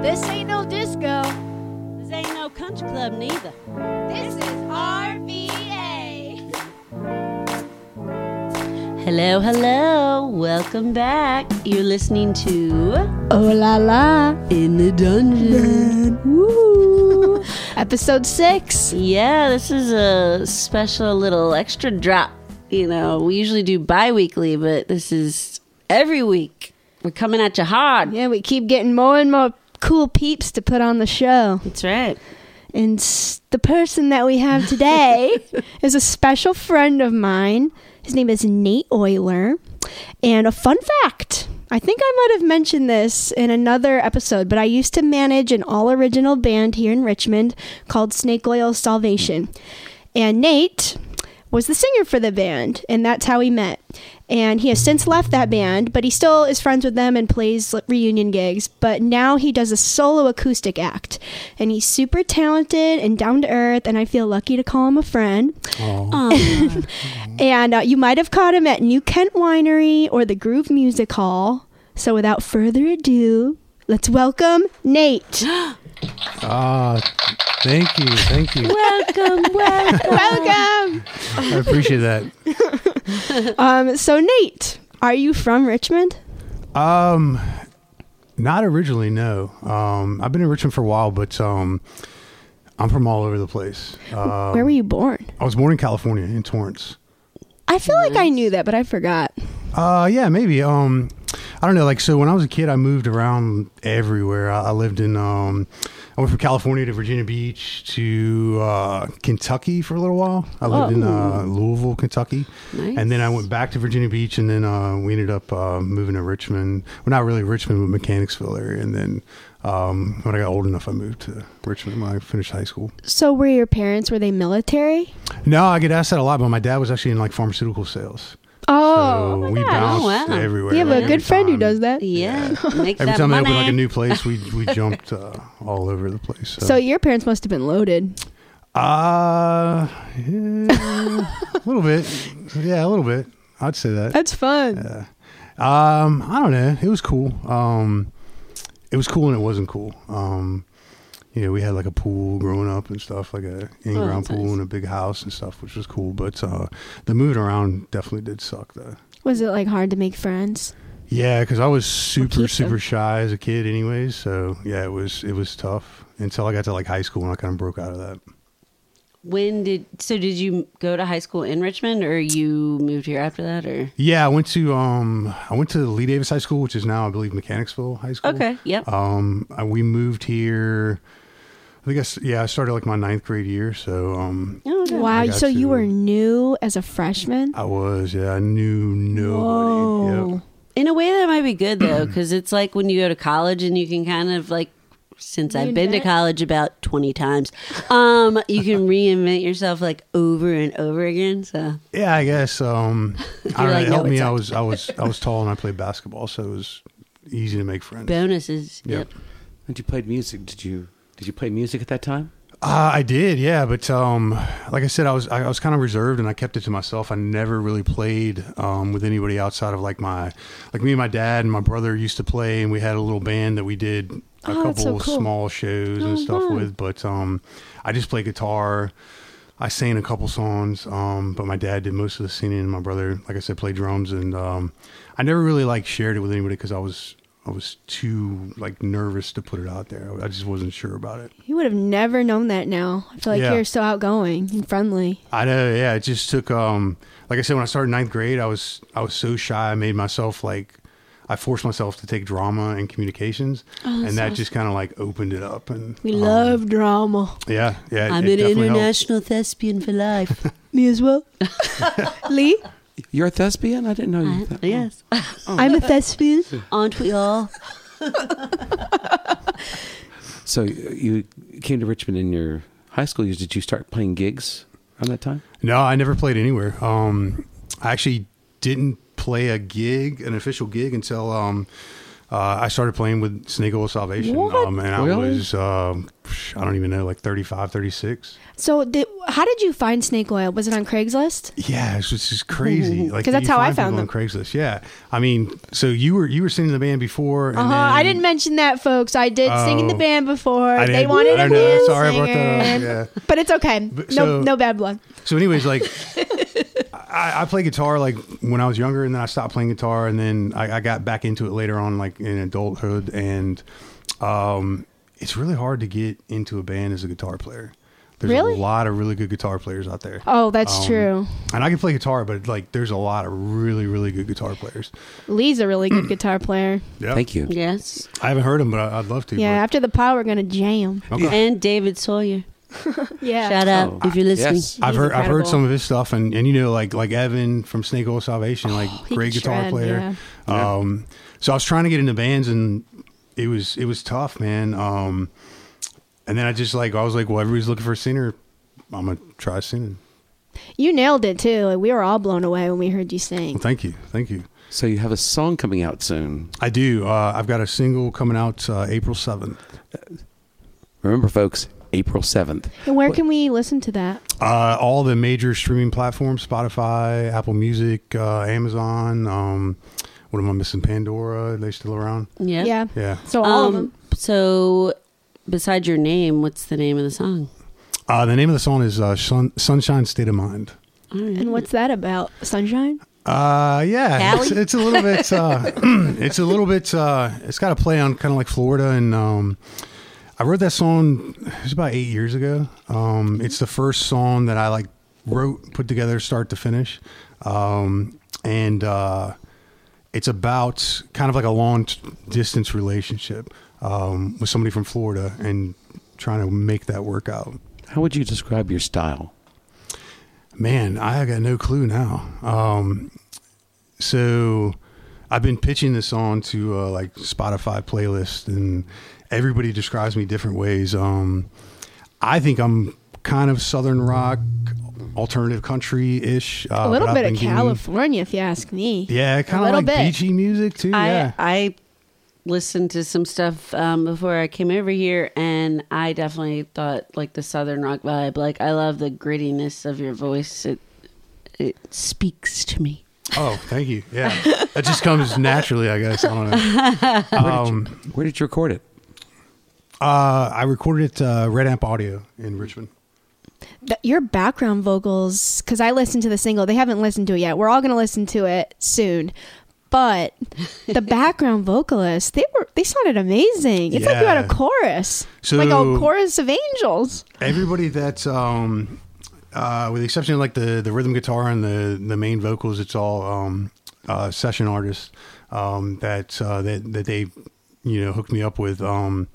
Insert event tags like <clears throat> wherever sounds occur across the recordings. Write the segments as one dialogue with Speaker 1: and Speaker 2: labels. Speaker 1: This ain't no disco.
Speaker 2: This ain't no country club neither.
Speaker 1: This is RVA.
Speaker 2: Hello, hello. Welcome back. You're listening to
Speaker 1: Oh la la.
Speaker 2: In the Dungeon. Woo.
Speaker 1: <laughs> Episode 6.
Speaker 2: yeah, this is a special little extra drop. You know, we usually do bi weekly, but this is every week. We're coming at you hard.
Speaker 1: Yeah, we keep getting more and more cool peeps to put on the show.
Speaker 2: That's right.
Speaker 1: And s- the person that we have today is a special friend of mine. His name is Nate Euler. And a fun fact I think I might have mentioned this in another episode, but I used to manage an all original band here in Richmond called Snake Oil Salvation. And Nate was the singer for the band, and that's how we met. And he has since left that band, but he still is friends with them and plays l- reunion gigs. But now he does a solo acoustic act, and he's super talented and down to earth. And I feel lucky to call him a friend. And uh, you might have caught him at New Kent Winery or the Groove Music Hall. So without further ado, let's welcome Nate.
Speaker 3: Ah, thank you, thank you.
Speaker 2: Welcome, <laughs> welcome.
Speaker 1: welcome.
Speaker 3: I appreciate that.
Speaker 1: Um, so Nate, are you from Richmond?
Speaker 3: Um, not originally, no. Um, I've been in Richmond for a while, but um, I'm from all over the place. Uh,
Speaker 1: Where were you born?
Speaker 3: I was born in California in Torrance.
Speaker 1: I feel like I knew that, but I forgot.
Speaker 3: Uh, yeah, maybe. Um, I don't know. Like, so when I was a kid, I moved around everywhere. I, I lived in, um, I went from California to Virginia Beach to uh, Kentucky for a little while. I lived in
Speaker 1: Oh.
Speaker 3: uh, Louisville, Kentucky, and then I went back to Virginia Beach, and then uh, we ended up uh, moving to Richmond. Well, not really Richmond, but Mechanicsville area, and then. Um, when I got old enough, I moved to Richmond when I finished high school.
Speaker 1: So were your parents? Were they military?
Speaker 3: No, I get asked that a lot, but my dad was actually in like pharmaceutical sales.
Speaker 1: Oh,
Speaker 3: so we bounced
Speaker 2: Oh, wow.
Speaker 3: everywhere.
Speaker 1: you have
Speaker 3: like,
Speaker 1: a
Speaker 3: every
Speaker 1: good friend who
Speaker 3: time.
Speaker 1: does that.
Speaker 2: Yeah, make
Speaker 3: Every
Speaker 2: that
Speaker 3: time
Speaker 2: money.
Speaker 3: they opened like a new
Speaker 2: <laughs>
Speaker 3: place, we we jumped uh, all over the place. So,
Speaker 1: So your parents must have been loaded.
Speaker 3: uh, yeah, a little bit, yeah, a little bit. I'd say
Speaker 2: Uh,
Speaker 3: that.
Speaker 1: That's fun.
Speaker 3: Um, I don't know. It was cool. Um, it was cool and it wasn't cool. Um, you know, we had like a pool growing up and stuff, like a in-ground
Speaker 2: Oh, that's
Speaker 3: pool
Speaker 2: nice.
Speaker 3: and a big house and stuff, which was cool. But uh, the moving around definitely did suck, though.
Speaker 1: Was it like hard to make friends?
Speaker 3: Yeah, because I was super
Speaker 1: keep
Speaker 3: super shy as a kid, anyways. So yeah, it was it was tough until I got to like high school and I kind of broke out of that.
Speaker 2: When did so did you go to high school in Richmond or you moved here after that or
Speaker 3: Yeah, I went to um I went to Lee Davis High School, which is now I believe Mechanicsville High School.
Speaker 2: Okay, yep.
Speaker 3: Um, I- we moved here. I think I s- yeah I started like my ninth grade year, so um
Speaker 2: Oh, no.
Speaker 1: Wow.
Speaker 3: I got
Speaker 1: So you
Speaker 3: you.
Speaker 1: were new as a freshman?
Speaker 3: I was yeah I knew nobody. Yep.
Speaker 2: In a way, that might be good though, because it's like when you go to college and you can kind of like, since I've been to
Speaker 1: Reinvent.
Speaker 2: college about twenty times, um, you can reinvent yourself like over and over again. So
Speaker 3: Yeah, I guess
Speaker 2: <laughs>
Speaker 3: um I
Speaker 2: You're
Speaker 3: don't know,
Speaker 2: like,
Speaker 3: it
Speaker 2: "No,
Speaker 3: helped me.
Speaker 2: it's
Speaker 3: I
Speaker 2: not."
Speaker 3: was I was I was tall and I played basketball, so it was easy to make friends.
Speaker 2: bonuses.
Speaker 3: Yep.
Speaker 2: Yep.
Speaker 4: And you played music. Did you did you play music at that time?
Speaker 3: Uh, I did, yeah, but um, like I said, I was I, I was kind of reserved and I kept it to myself. I never really played um, with anybody outside of like my like me and my dad and my brother used to play, and we had a little band that we did a
Speaker 1: Oh, that's so
Speaker 3: couple
Speaker 1: cool. Oh,
Speaker 3: small shows and stuff with. But um, I just play guitar. I sang a couple songs, um, but my dad did most of the singing, and my brother, like I said, played drums, and um, I never really like shared it with anybody because I was I was too like nervous to put it out there. I just wasn't sure about it.
Speaker 1: You would have never known that now. I feel like
Speaker 3: Yeah.
Speaker 1: you're so outgoing and friendly.
Speaker 3: I know, yeah. It just took um like I said, when I started ninth grade I was I was so shy, I made myself like I forced myself to take drama and communications
Speaker 2: Oh,
Speaker 3: and that just kinda like opened it up and
Speaker 1: We
Speaker 3: um,
Speaker 1: love drama.
Speaker 3: Yeah, yeah. it-
Speaker 2: I'm
Speaker 3: it
Speaker 2: an
Speaker 3: definitely helped.
Speaker 2: international thespian for life.
Speaker 1: Me as well. <laughs> Lee,
Speaker 4: You're a thespian? I didn't know you. that-
Speaker 2: yes,
Speaker 1: I'm a thespian.
Speaker 2: aren't we all?
Speaker 4: So uh, you came to Richmond in your high school years. Did you start playing gigs around that time?
Speaker 3: No, I never played anywhere. Um I actually didn't play a gig, an official gig until um Uh, I started playing with Snake Oil Salvation,
Speaker 2: What?
Speaker 3: um, and I
Speaker 4: Really?
Speaker 3: was um, psh, I don't even know, like 35, 36.
Speaker 1: So, did, how did you find snake oil? Was it on Craigslist?
Speaker 3: Yeah, it's just, it's crazy.
Speaker 1: <laughs>
Speaker 3: Like
Speaker 1: 'Cause that's
Speaker 3: you
Speaker 1: how I
Speaker 3: find
Speaker 1: found
Speaker 3: people on Craigslist. Yeah, I mean, so you were you were singing in the band before. And
Speaker 1: Uh huh.
Speaker 3: then-
Speaker 1: I didn't mention that, folks. I did sing in the
Speaker 3: Oh.
Speaker 1: band before.
Speaker 3: I
Speaker 1: They
Speaker 3: didn't-
Speaker 1: wanted
Speaker 3: I
Speaker 1: a
Speaker 3: know.
Speaker 1: band
Speaker 3: Sorry I
Speaker 1: singer,
Speaker 3: brought that up. Yeah.
Speaker 1: but it's okay. No,
Speaker 3: But so-
Speaker 1: no bad blood.
Speaker 3: So, anyways,
Speaker 1: <laughs>
Speaker 3: like I, I play guitar like when I was younger, and then I stopped playing guitar, and then I, I got back into it later on, like in adulthood, and um, it's really hard to get into a band as a guitar player. There's
Speaker 1: Really?
Speaker 3: a lot of really good guitar players out there.
Speaker 1: Oh, that's
Speaker 3: Um,
Speaker 1: true.
Speaker 3: And I can play guitar, but like, there's a lot of really, really good guitar players.
Speaker 1: Lee's a really good guitar player.
Speaker 3: Yeah,
Speaker 4: Thank you.
Speaker 2: Yes.
Speaker 3: I haven't heard them, but I, I'd love to.
Speaker 1: Yeah,
Speaker 3: but-
Speaker 1: after the pod, we're gonna jam.
Speaker 3: Okay.
Speaker 2: And David Sawyer.
Speaker 1: Yeah.
Speaker 2: Shout out
Speaker 4: Oh,
Speaker 2: if you're listening.
Speaker 4: yes.
Speaker 3: I've
Speaker 1: He's
Speaker 3: heard I've heard
Speaker 1: incredible.
Speaker 3: some of his stuff, and, and you know like like Evan from Snake Oil Salvation, like
Speaker 1: Oh, he
Speaker 3: great
Speaker 1: can
Speaker 3: guitar
Speaker 1: shred,
Speaker 3: player.
Speaker 4: yeah.
Speaker 3: Um, so I was trying to get into bands, and it was it was tough, man. Um, and then I just like I was like, well, everybody's looking for a singer. I'm gonna try singing.
Speaker 1: You nailed it too. Like, we were all blown away when we heard you
Speaker 3: Well,
Speaker 1: sing.
Speaker 3: thank you, thank you.
Speaker 4: So you have a song coming out soon.
Speaker 3: I do. Uh, I've got a single coming out uh, April seventh.
Speaker 4: Remember, folks, April seventh.
Speaker 1: And where can we listen to that?
Speaker 3: Uh, all the major streaming platforms: Spotify, Apple Music, uh, Amazon. Um, what am I missing? Pandora. Are they still around?
Speaker 2: Yeah.
Speaker 1: Yeah.
Speaker 3: Yeah.
Speaker 1: So all of
Speaker 2: Um,
Speaker 1: them.
Speaker 2: So, besides your name, what's the name of the song?
Speaker 3: Uh, the name of the song is uh, Sun- "Sunshine State of Mind."
Speaker 1: And what's that about? Sunshine?
Speaker 3: Uh, yeah,
Speaker 2: Cali?
Speaker 3: it's, it's a little bit. Uh, <clears throat> it's a little bit. Uh, it's got a play on kind of like Florida, and um, I wrote that song. It was about eight years ago. Um, it's the first song that I like wrote, put together, start to finish, um, and uh, it's about kind of like a long t- distance relationship um, with somebody from Florida and trying to make that work out.
Speaker 4: How would you describe your style?
Speaker 3: Man, I got no clue now. Um, so I've been pitching this on to uh, like Spotify playlist, and everybody describes me different ways. Um, I think I'm kind of southern rock, alternative country ish. Uh,
Speaker 1: a
Speaker 3: but
Speaker 1: little
Speaker 3: I've
Speaker 1: bit
Speaker 3: been
Speaker 1: of
Speaker 3: getting-
Speaker 1: California, if you ask me.
Speaker 3: Yeah, kind of
Speaker 1: little
Speaker 3: like
Speaker 1: bit. uh,
Speaker 3: beachy music too. yeah,
Speaker 2: I I listened to some stuff um, before I came over here, and I definitely thought like the southern rock vibe. Like I love the grittiness of your voice. It it speaks to me.
Speaker 3: oh, thank you. Yeah, that just comes naturally, I guess. I
Speaker 1: <laughs>
Speaker 3: don't know. Um,
Speaker 4: Where did you record it?
Speaker 3: uh, I recorded it uh, Red Amp Audio in Richmond.
Speaker 1: Th- your background vocals, because I listened to the single. They haven't listened to it yet. We're all going to listen to it soon. But
Speaker 3: <laughs>
Speaker 1: the background vocalists, they were they sounded amazing. It's like you had
Speaker 3: Yeah.
Speaker 1: a chorus,
Speaker 3: So-
Speaker 1: like a chorus of angels.
Speaker 3: everybody that's um uh with the exception of like the the rhythm guitar and the the main vocals it's all um uh session artists um that uh that that they you know hooked me up with um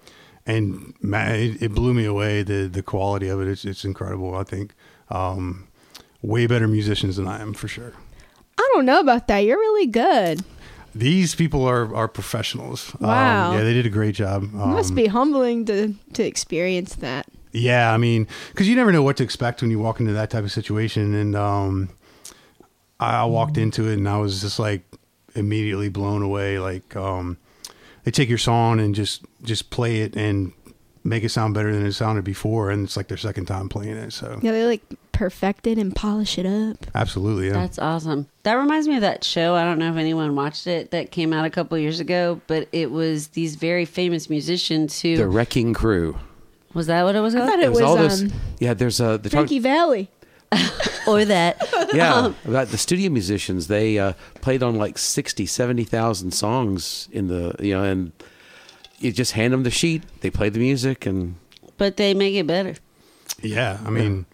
Speaker 3: and ma it, it blew me away the the quality of it it's it's incredible i think um way better musicians than i am for sure
Speaker 1: I don't know about that. You're really good.
Speaker 3: these people are are professionals
Speaker 1: Wow.
Speaker 3: um, yeah they did a great job um,
Speaker 1: Must be humbling to to experience that.
Speaker 3: Yeah, I mean, because you never know what to expect when you walk into that type of situation. And um, I, I walked into it and I was just like immediately blown away. Like um, they take your song and just just play it and make it sound better than it sounded before, and it's like their second time playing it. So
Speaker 1: Yeah, they like perfect it and polish it up.
Speaker 3: absolutely, yeah.
Speaker 2: That's awesome. That reminds me of that show. I don't know if anyone watched it that came out a couple years ago, but it was these very famous musicians who
Speaker 4: The Wrecking Crew.
Speaker 2: was that what it was
Speaker 1: I
Speaker 2: called?
Speaker 1: thought it was,
Speaker 4: all
Speaker 1: um,
Speaker 4: those. Yeah, there's a the
Speaker 1: Frankie Valley.
Speaker 2: or that.
Speaker 4: yeah about the studio musicians they uh, played on like 60 70,000 songs in the you know and you just hand them the sheet they play the music and
Speaker 2: but they make it better.
Speaker 3: yeah, I mean,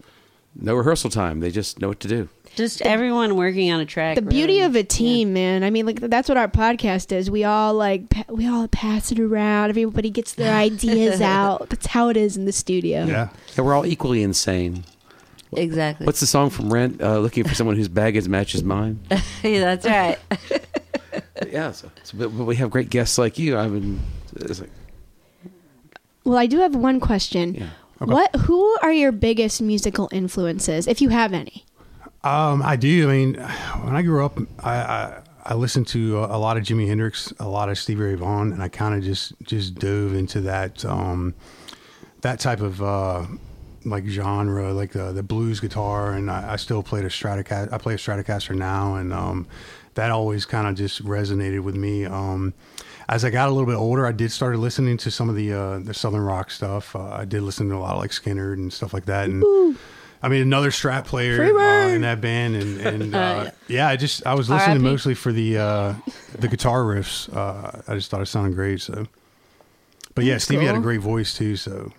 Speaker 4: no rehearsal time they just know what to do
Speaker 2: Just everyone working on a track.
Speaker 1: the beauty
Speaker 2: really.
Speaker 1: of a team man i mean like that's what our podcast is we all like pa- we all pass it around everybody gets their ideas out that's how it is in the studio
Speaker 3: yeah.
Speaker 4: and we're all equally insane
Speaker 2: exactly.
Speaker 4: what's the song from rent uh, looking for someone whose baggage matches mine
Speaker 2: <laughs> yeah, that's right.
Speaker 4: yeah so, so- but, but we have great guests like you i mean it's like,
Speaker 1: well i do have one question
Speaker 4: Yeah.
Speaker 1: what who are your biggest musical influences if you have any
Speaker 3: Um, I do. I mean, when I grew up, I, I I listened to a, a lot of Jimi Hendrix, a lot of Stevie Ray Vaughan, and I kind of just just dove into that um, that type of uh, like genre, like the, the blues guitar. And I, I still played a Stratocaster. I play a Stratocaster now, and um, that always kind of just resonated with me. Um, as I got a little bit older, I did start listening to some of the uh, the southern rock stuff. Uh, I did listen to a lot of like Skinner and stuff like that, and. I mean, another strat player uh, in that band, and,
Speaker 2: <laughs>
Speaker 3: and uh, yeah, I just I was listening
Speaker 2: R.I.P..
Speaker 3: mostly for the uh, the guitar riffs. Uh, I just thought it sounded great. So, but yeah,
Speaker 2: That's
Speaker 3: Stevie had a
Speaker 2: cool.
Speaker 3: great voice too. So,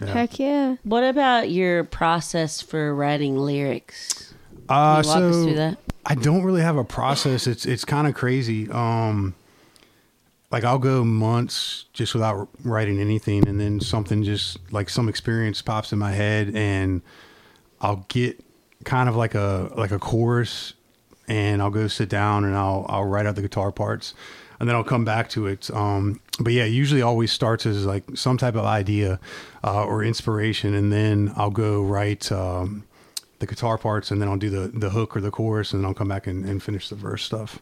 Speaker 3: yeah.
Speaker 1: Heck yeah.
Speaker 2: What about your process for writing lyrics? Can
Speaker 3: Uh,
Speaker 2: you walk us
Speaker 3: so
Speaker 2: through that?
Speaker 3: I don't really have a process. It's it's kind of crazy. Um, like I'll go months just without writing anything, and then something just like some experience pops in my head, and I'll get kind of like a like a chorus, and I'll go sit down and I'll I'll write out the guitar parts, and then I'll come back to it. Um, but yeah, it usually always starts as like some type of idea uh, or inspiration, and then I'll go write. Um, the guitar parts and then I'll do the, the hook or the chorus and then I'll come back and, and finish the verse stuff.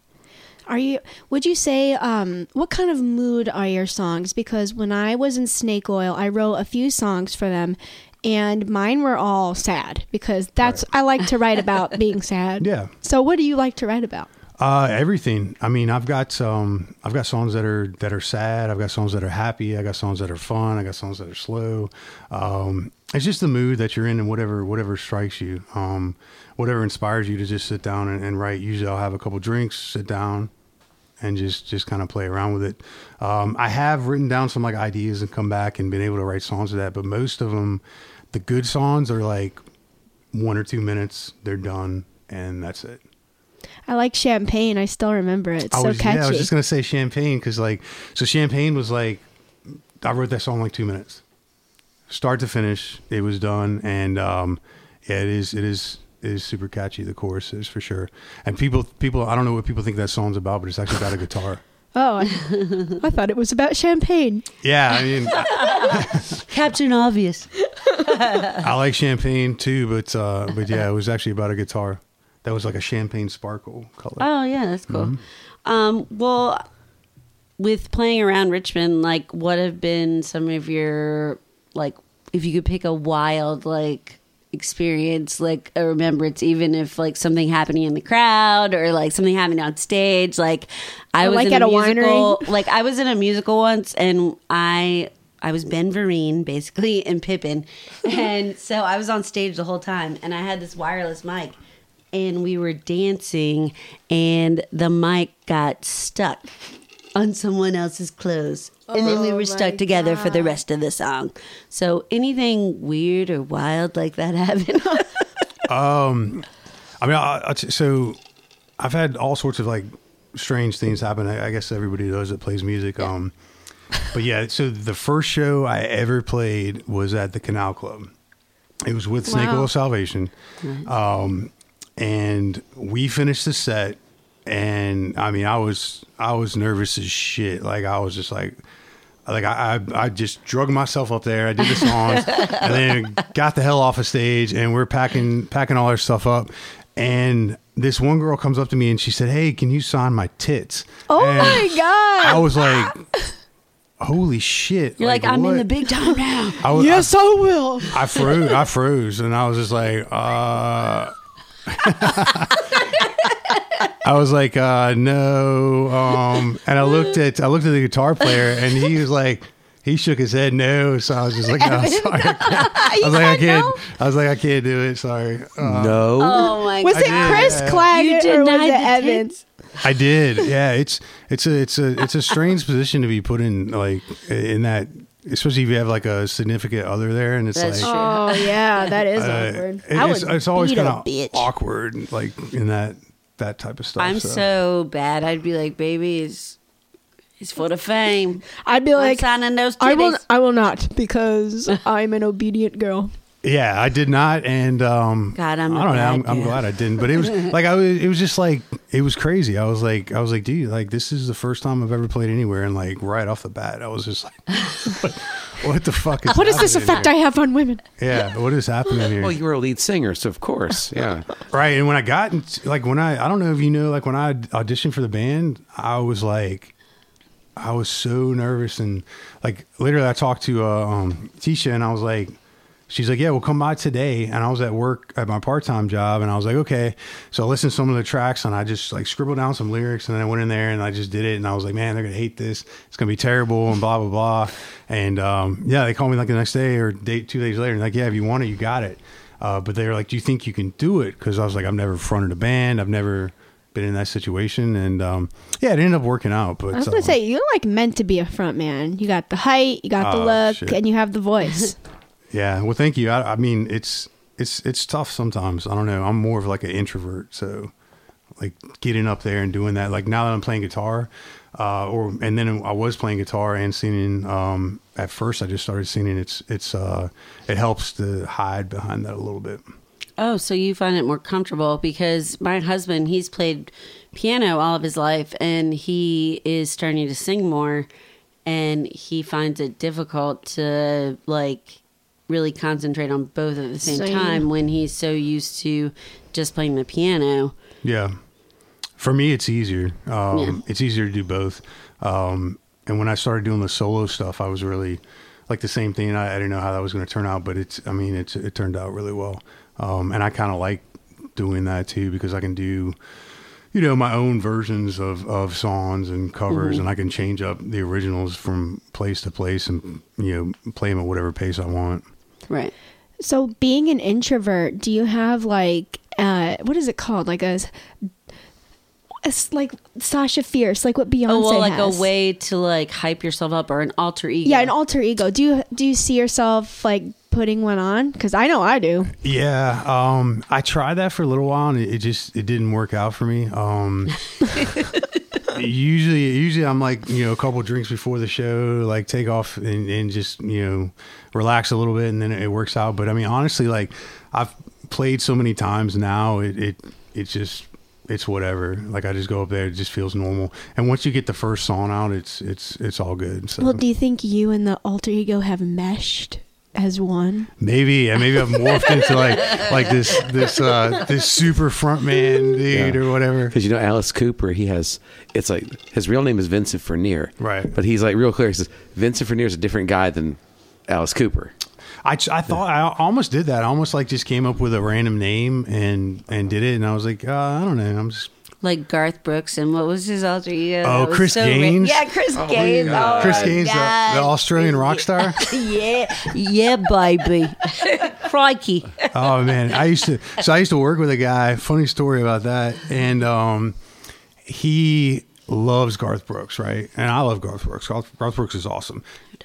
Speaker 1: Are you? Would you say um, what kind of mood are your songs? Because when I was in Snake Oil, I wrote a few songs for them, and mine were all sad because that's I like to write about
Speaker 3: <laughs>
Speaker 1: being sad.
Speaker 3: Yeah.
Speaker 1: So what do you like to write about?
Speaker 3: Uh, everything. I mean, I've got um, I've got songs that are that are sad. I've got songs that are happy. I got songs that are fun. I got songs that are slow. Um, it's just the mood that you're in and whatever whatever strikes you, um, whatever inspires you to just sit down and, and write. Usually, I'll have a couple drinks, sit down, and just just kind of play around with it. Um, I have written down some like ideas and come back and been able to write songs of that, but most of them, the good songs are like one or two minutes. They're done, and that's it.
Speaker 1: I like champagne. I still remember it. It's
Speaker 3: I
Speaker 1: so
Speaker 3: was,
Speaker 1: catchy.
Speaker 3: Yeah, I was just gonna say champagne because like so champagne was like I wrote that song in like two minutes, start to finish. It was done, and um, yeah, it is it is it is super catchy. The chorus is for sure, and people people I don't know what people think that song's about, but it's actually about
Speaker 1: <laughs>
Speaker 3: a guitar.
Speaker 1: oh, <laughs> I, I thought it was about champagne.
Speaker 3: Yeah, I mean, I,
Speaker 2: Captain Obvious.
Speaker 3: I like champagne too, but uh, but yeah, it was actually about a guitar. That was like a champagne sparkle color.
Speaker 2: Oh yeah, that's cool.
Speaker 3: Mm-hmm.
Speaker 2: Um, well, with playing around Richmond, like what have been some of your like if you could pick a wild like experience, like a remembrance, even if like something happening in the crowd or like something happening on stage, like I
Speaker 1: Or,
Speaker 2: was
Speaker 1: like,
Speaker 2: in
Speaker 1: at
Speaker 2: a,
Speaker 1: a winery.
Speaker 2: musical, like I was in a musical once and I I was Ben Vereen basically <laughs> and Pippin. And so I was on stage the whole time and I had this wireless mic and we were dancing and the mic got stuck on someone else's clothes. And then we were stuck together for the rest of the song. So anything weird or wild like that <laughs> happened?
Speaker 3: I mean, I, I, so I've had all sorts of like strange things happen. I, I guess everybody does that plays music. Um, but yeah, so the first show I ever played was at the Canal Club. It was with Snake
Speaker 1: Wow.
Speaker 3: Oil Salvation, um, and we finished the set. And I mean, I was I was nervous as shit. Like I was just like, like I, I, I just drug myself up there. I did
Speaker 2: <laughs>
Speaker 3: the songs, and then got the hell off of stage. And we're packing packing all our stuff up. And this one girl comes up to me and she said, "Hey, can you sign my tits?"
Speaker 1: Oh
Speaker 3: And
Speaker 1: my god!
Speaker 3: I was like, "Holy shit!"
Speaker 2: You're like, I'm
Speaker 3: what?"
Speaker 2: in the big time now.
Speaker 3: <laughs> I was,
Speaker 1: yes, I, will.
Speaker 3: I, I froze. I froze, and I was just like, uh. <laughs> I was like, uh, no. Um, and I looked at I looked at the guitar player, and he was like, he shook his head no. So I was just like, no, sorry. I was like, I can't. I was like, I can't do it. Sorry. Uh,
Speaker 4: no.
Speaker 2: Oh my
Speaker 1: Was
Speaker 2: god.
Speaker 1: it Chris
Speaker 3: yeah.
Speaker 1: Claggett
Speaker 2: You
Speaker 1: or was
Speaker 2: denied
Speaker 1: it
Speaker 2: the
Speaker 1: Evans?
Speaker 3: I did. Yeah, it's it's a it's a it's a strange position to be put in, like in that, especially if you have like a significant other there, and it's
Speaker 2: That's
Speaker 3: like.
Speaker 2: true.
Speaker 1: Oh
Speaker 2: <laughs>
Speaker 1: yeah, that is
Speaker 3: Uh,
Speaker 1: awkward.
Speaker 3: it-
Speaker 1: I
Speaker 3: it's,
Speaker 1: would
Speaker 3: it's always
Speaker 1: beat a
Speaker 3: kind of
Speaker 1: bitch.
Speaker 3: awkward, like in that that type of stuff.
Speaker 2: I'm
Speaker 3: so.
Speaker 2: so bad. I'd be like, baby, it's, it's for the fame.
Speaker 1: I'd be
Speaker 2: I'm
Speaker 1: like,
Speaker 2: signing those
Speaker 1: I will.
Speaker 2: titties.
Speaker 1: I will not
Speaker 2: <laughs>
Speaker 1: because I'm an obedient girl.
Speaker 3: yeah, I did not, and um,
Speaker 2: God, I'm
Speaker 3: I
Speaker 2: a
Speaker 3: don't know. I'm,
Speaker 2: bad
Speaker 3: I'm
Speaker 2: girl.
Speaker 3: glad I didn't, but it
Speaker 1: <laughs>
Speaker 3: was like I was. It was just like it was crazy. I was like, I was like, dude, like this is the first time I've ever played anywhere, and like right off the bat, I was just like,
Speaker 1: <laughs>
Speaker 3: What the fuck
Speaker 2: Uh,
Speaker 3: is
Speaker 1: What is this Oh,
Speaker 3: happening
Speaker 1: effect I
Speaker 3: here?
Speaker 1: have on women?
Speaker 3: Yeah, what is happening here?
Speaker 4: Well, you were a lead singer, so of course, yeah.
Speaker 3: Right. And when I got into, like when I I don't know if you know like when I auditioned for the band, I was like I was so nervous and like literally I talked to uh, um Tisha and I was like she's like, "Yeah, well come by today." And I was at work at my part-time job and I was like, "Okay." So I listened to some of the tracks and I just like scribbled down some lyrics and then I went in there and I just did it and I was like, "Man, they're going to hate this. It's going to be terrible and blah blah blah." And um yeah, they called me like the next day or day 2 days later and like, "Yeah, if you want it, you got it." Uh, but they were like, "Do you think you can do it?" Because I was like, "I've never fronted a band. I've never been in that situation." And um, yeah, it ended up working out. But
Speaker 1: I was gonna
Speaker 3: um,
Speaker 1: say you're like meant to be a front man. You got the height, you got the
Speaker 3: Oh,
Speaker 1: look,
Speaker 3: shit.
Speaker 1: and you have the voice.
Speaker 3: yeah. Well, thank you. I, I mean, it's it's it's tough sometimes. I don't know. I'm more of like an introvert, so like getting up there and doing that. Like now that I'm playing guitar, uh, or and then I was playing guitar and singing. Um, at first, I just started singing. It's it's uh, it helps to hide behind that a little bit.
Speaker 2: Oh, so you find it more comfortable because my husband, he's played piano all of his life and he is starting to sing more and he finds it difficult to like really concentrate on both at the same
Speaker 1: Same.
Speaker 2: time when he's so used to just playing the piano.
Speaker 3: Yeah. For me, it's easier. Um, It's easier to do both. Um, and when I started doing the solo stuff, I was really like the same thing. I, I didn't know how that was going to turn out, but it's, I mean, it's, it turned out really well. Um, and I kind of like doing that too because I can do, you know, my own versions of, of songs and covers, and I can change up the originals from place to place and, you know, play them at whatever pace I want.
Speaker 2: Right.
Speaker 1: so being an introvert, do you have like uh, what is it called? Like a, s- a s- like Sasha Fierce, like what Beyonce
Speaker 2: Oh, well, like
Speaker 1: has.
Speaker 2: a way to like hype yourself up or an alter ego.
Speaker 1: Yeah, an alter ego. Do you do you see yourself like putting one on? Because I know I do.
Speaker 3: Yeah, um, I tried that for a little while, and it, it just it didn't work out for me. Um, usually, usually I'm like you know a couple drinks before the show, like take off and, and just you know relax a little bit, and then it, works out. But I mean, honestly, like I've played so many times now, it it it's just it's whatever. Like I just go up there, it just feels normal. And once you get the first song out, it's it's it's all good. So
Speaker 1: Well, do you think you and the alter ego have meshed as one?
Speaker 3: Maybe, yeah, maybe I've morphed into like like this this uh this super front man dude
Speaker 4: Yeah.
Speaker 3: or whatever.
Speaker 4: Because you know Alice Cooper, he has it's like his real name is Vincent Vernier,
Speaker 3: Right.
Speaker 4: But he's like real clear. He says Vincent Vernier is a different guy than Alice Cooper.
Speaker 3: I, I thought I almost did that. I almost like just came up with a random name and and did it, and I was like, uh, I don't know. I'm just
Speaker 2: Like Garth Brooks and what was his alter ego?
Speaker 3: Oh,
Speaker 2: That was
Speaker 3: Chris
Speaker 2: ra-
Speaker 3: Gaines?
Speaker 2: yeah, Chris Gaines.
Speaker 4: God.
Speaker 2: Oh,
Speaker 3: Chris
Speaker 2: my
Speaker 3: Gaines, the,
Speaker 2: God.
Speaker 3: the Australian rock star.
Speaker 2: yeah, yeah,
Speaker 1: <laughs>
Speaker 2: baby. Crikey.
Speaker 3: oh man, I used to. So I used to work with a guy. Funny story about that, and um, he loves Garth Brooks, right? And I love Garth Brooks. Garth, Garth Brooks is awesome.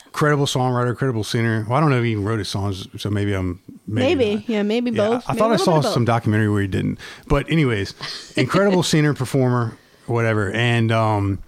Speaker 3: Incredible songwriter, incredible singer. Well, I don't know if he even wrote his songs, so maybe I'm maybe,
Speaker 1: Maybe.
Speaker 3: not.
Speaker 1: Yeah, maybe both.
Speaker 3: I
Speaker 1: Maybe
Speaker 3: thought
Speaker 1: a little
Speaker 3: I
Speaker 1: bit
Speaker 3: saw
Speaker 1: of both.
Speaker 3: some documentary where he didn't. But anyways, incredible singer, performer, whatever. And um,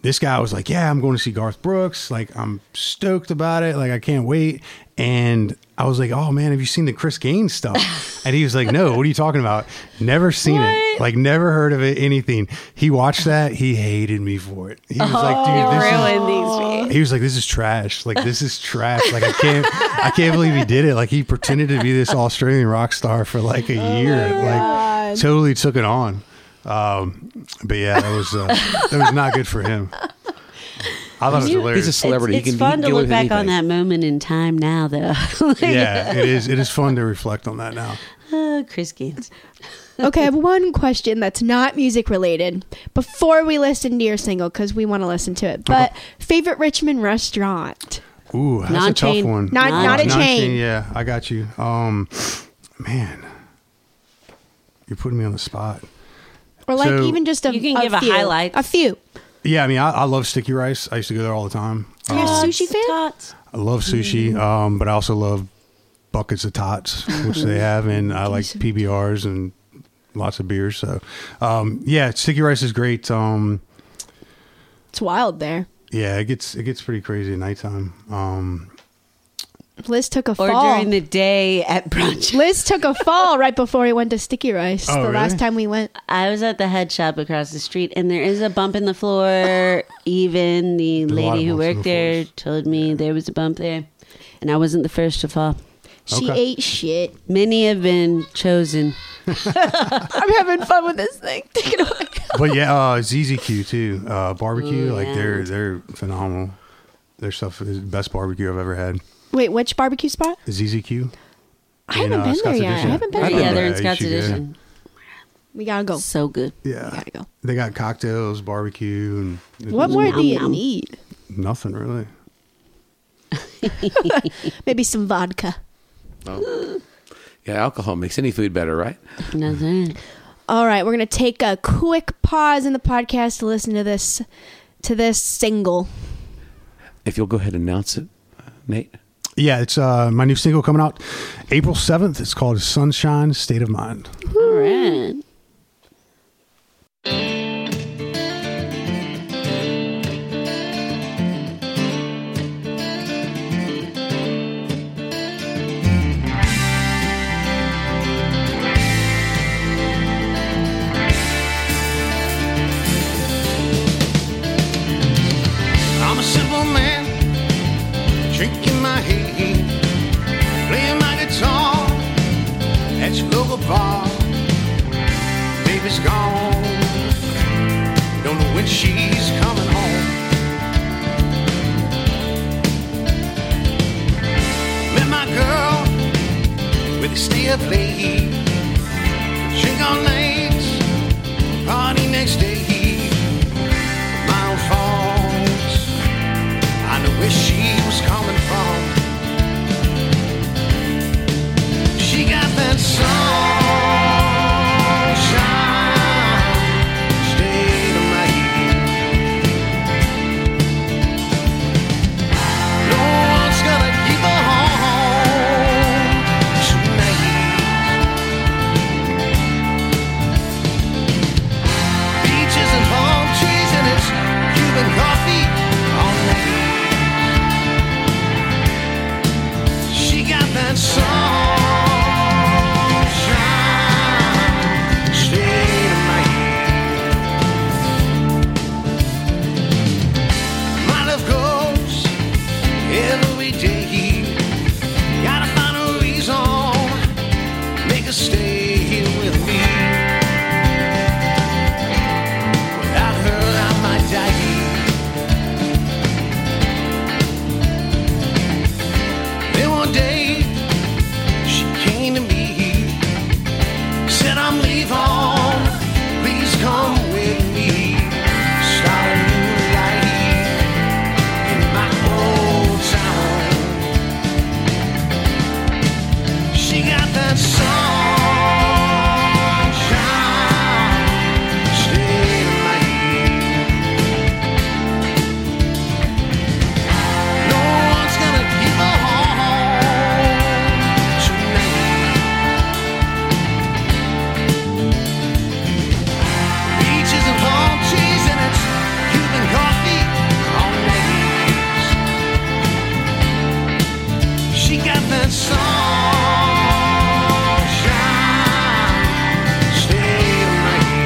Speaker 3: this guy was like, "Yeah, I'm going to see Garth Brooks. Like, I'm stoked about it. Like, I can't wait." And I was like, "Oh man, have you seen the Chris Gaines stuff?" And he was like, "No, what are you talking about? Never seen it. Like, never heard of it. Anything." He watched that. He hated me for it. He was like,
Speaker 2: Oh,
Speaker 3: "Dude, this is he was like, "This is trash. Like this is trash. Like I can't, I can't believe he did it. Like he pretended to be this Australian rock star for like a year. Like totally took it on. Um, but yeah, that was uh, that was not good for him. I thought it was hilarious.
Speaker 4: He's a celebrity.
Speaker 2: It's,
Speaker 4: he
Speaker 2: it's
Speaker 4: can,
Speaker 2: fun
Speaker 4: he can
Speaker 2: to
Speaker 4: deal
Speaker 2: look
Speaker 4: with
Speaker 2: back on
Speaker 4: anything.
Speaker 2: that moment in time now, though. <laughs>
Speaker 3: yeah, it is. It is fun to reflect on that now.
Speaker 2: Oh, Chris Gaines.
Speaker 1: <laughs> okay, I have one question that's not music related before we listen to your single because we want to listen to it. But favorite Richmond restaurant?
Speaker 3: Ooh, that's a
Speaker 2: Non-chain.
Speaker 3: tough one.
Speaker 1: Not-
Speaker 2: Non-
Speaker 1: not a
Speaker 3: Non-chain,
Speaker 1: chain.
Speaker 3: Yeah, I got you. Um, man, you're putting me on the spot.
Speaker 1: Or like
Speaker 3: So-
Speaker 1: even just a
Speaker 2: You can give a
Speaker 1: few.
Speaker 2: highlight.
Speaker 1: A few.
Speaker 3: Yeah, I mean, I, I love sticky rice. I used to go there all the time.
Speaker 1: Are
Speaker 3: Um,
Speaker 1: you a sushi fan?
Speaker 2: Tots.
Speaker 3: I love sushi, um, but I also love buckets of tots, which they have, and I like PBRs and lots of beers. So, um, yeah, sticky rice is great. Um,
Speaker 1: It's wild there.
Speaker 3: yeah, it gets it gets pretty crazy at nighttime. Um,
Speaker 1: Liz took a
Speaker 2: Or
Speaker 1: fall.
Speaker 2: during the day at brunch.
Speaker 1: Liz took a fall right before he went to Sticky Rice.
Speaker 3: Oh,
Speaker 1: the
Speaker 3: really?
Speaker 1: last time we went.
Speaker 2: I was at the head shop across the street, and there is a bump in the floor. Even the
Speaker 3: There's a lot
Speaker 2: lady
Speaker 3: of
Speaker 2: who
Speaker 3: bumps in
Speaker 2: worked
Speaker 3: the
Speaker 2: there
Speaker 3: floors.
Speaker 2: told me there was a bump there. and I wasn't the first to fall.
Speaker 1: She
Speaker 3: Okay.
Speaker 1: ate shit.
Speaker 2: Many have been chosen.
Speaker 1: I'm having fun with this thing.
Speaker 2: <laughs>
Speaker 1: Take it away.
Speaker 3: but yeah, uh, ZZQ too. Uh, barbecue,
Speaker 2: Ooh,
Speaker 3: like
Speaker 2: yeah.
Speaker 3: they're they're phenomenal. Their stuff is the best barbecue I've ever had.
Speaker 1: Wait, which barbecue spot?
Speaker 3: ZZQ.
Speaker 1: I
Speaker 3: In,
Speaker 1: haven't
Speaker 3: uh,
Speaker 1: been there
Speaker 3: Scott's
Speaker 1: yet.
Speaker 3: Edition.
Speaker 1: I haven't been
Speaker 2: Oh,
Speaker 1: there
Speaker 3: I've been
Speaker 2: yeah,
Speaker 1: yet.
Speaker 2: they're in
Speaker 3: there.
Speaker 2: Scott's
Speaker 3: You should go. Oh.
Speaker 2: edition.
Speaker 1: We gotta go.
Speaker 2: So good.
Speaker 3: Yeah,
Speaker 1: Gotta go.
Speaker 3: they got cocktails, barbecue, and
Speaker 1: What more do
Speaker 2: Nom
Speaker 1: you
Speaker 2: nom.
Speaker 1: need?
Speaker 3: Nothing really.
Speaker 1: Maybe some vodka.
Speaker 3: <gasps>
Speaker 4: Oh. Yeah, alcohol makes any food better, right?
Speaker 2: Nothing.
Speaker 1: All right, we're gonna take a quick pause in the podcast to listen to this to this single.
Speaker 4: If you'll go ahead and announce it, uh, Nate.
Speaker 3: Yeah, it's uh, my new single coming out April seventh. It's called "Sunshine State of Mind."
Speaker 2: All right.
Speaker 5: I'm a simple man, drinking my heat, playing my guitar at your local bar. Baby's gone, don't know when she's coming home. Met my girl with a stay up late, drink all night, party next day my own fault. I knew where she was coming from. She got that sunshine state of mind. No one's gonna keep her home tonight. beaches and palm trees and it's Cuban coffee all night. She got that sunshine state of mind. My love goes every day. Gotta find a reason, make her stay here with me. Without her, I might die. Then one day, she came to me, said, I'm leaving, please come with me. Start a new life in my old town. She got that sunshine state of mind. No one's gonna keep her home tonight. Beaches and palm trees and it's Cuban coffee all night. She got that sunshine state of mind.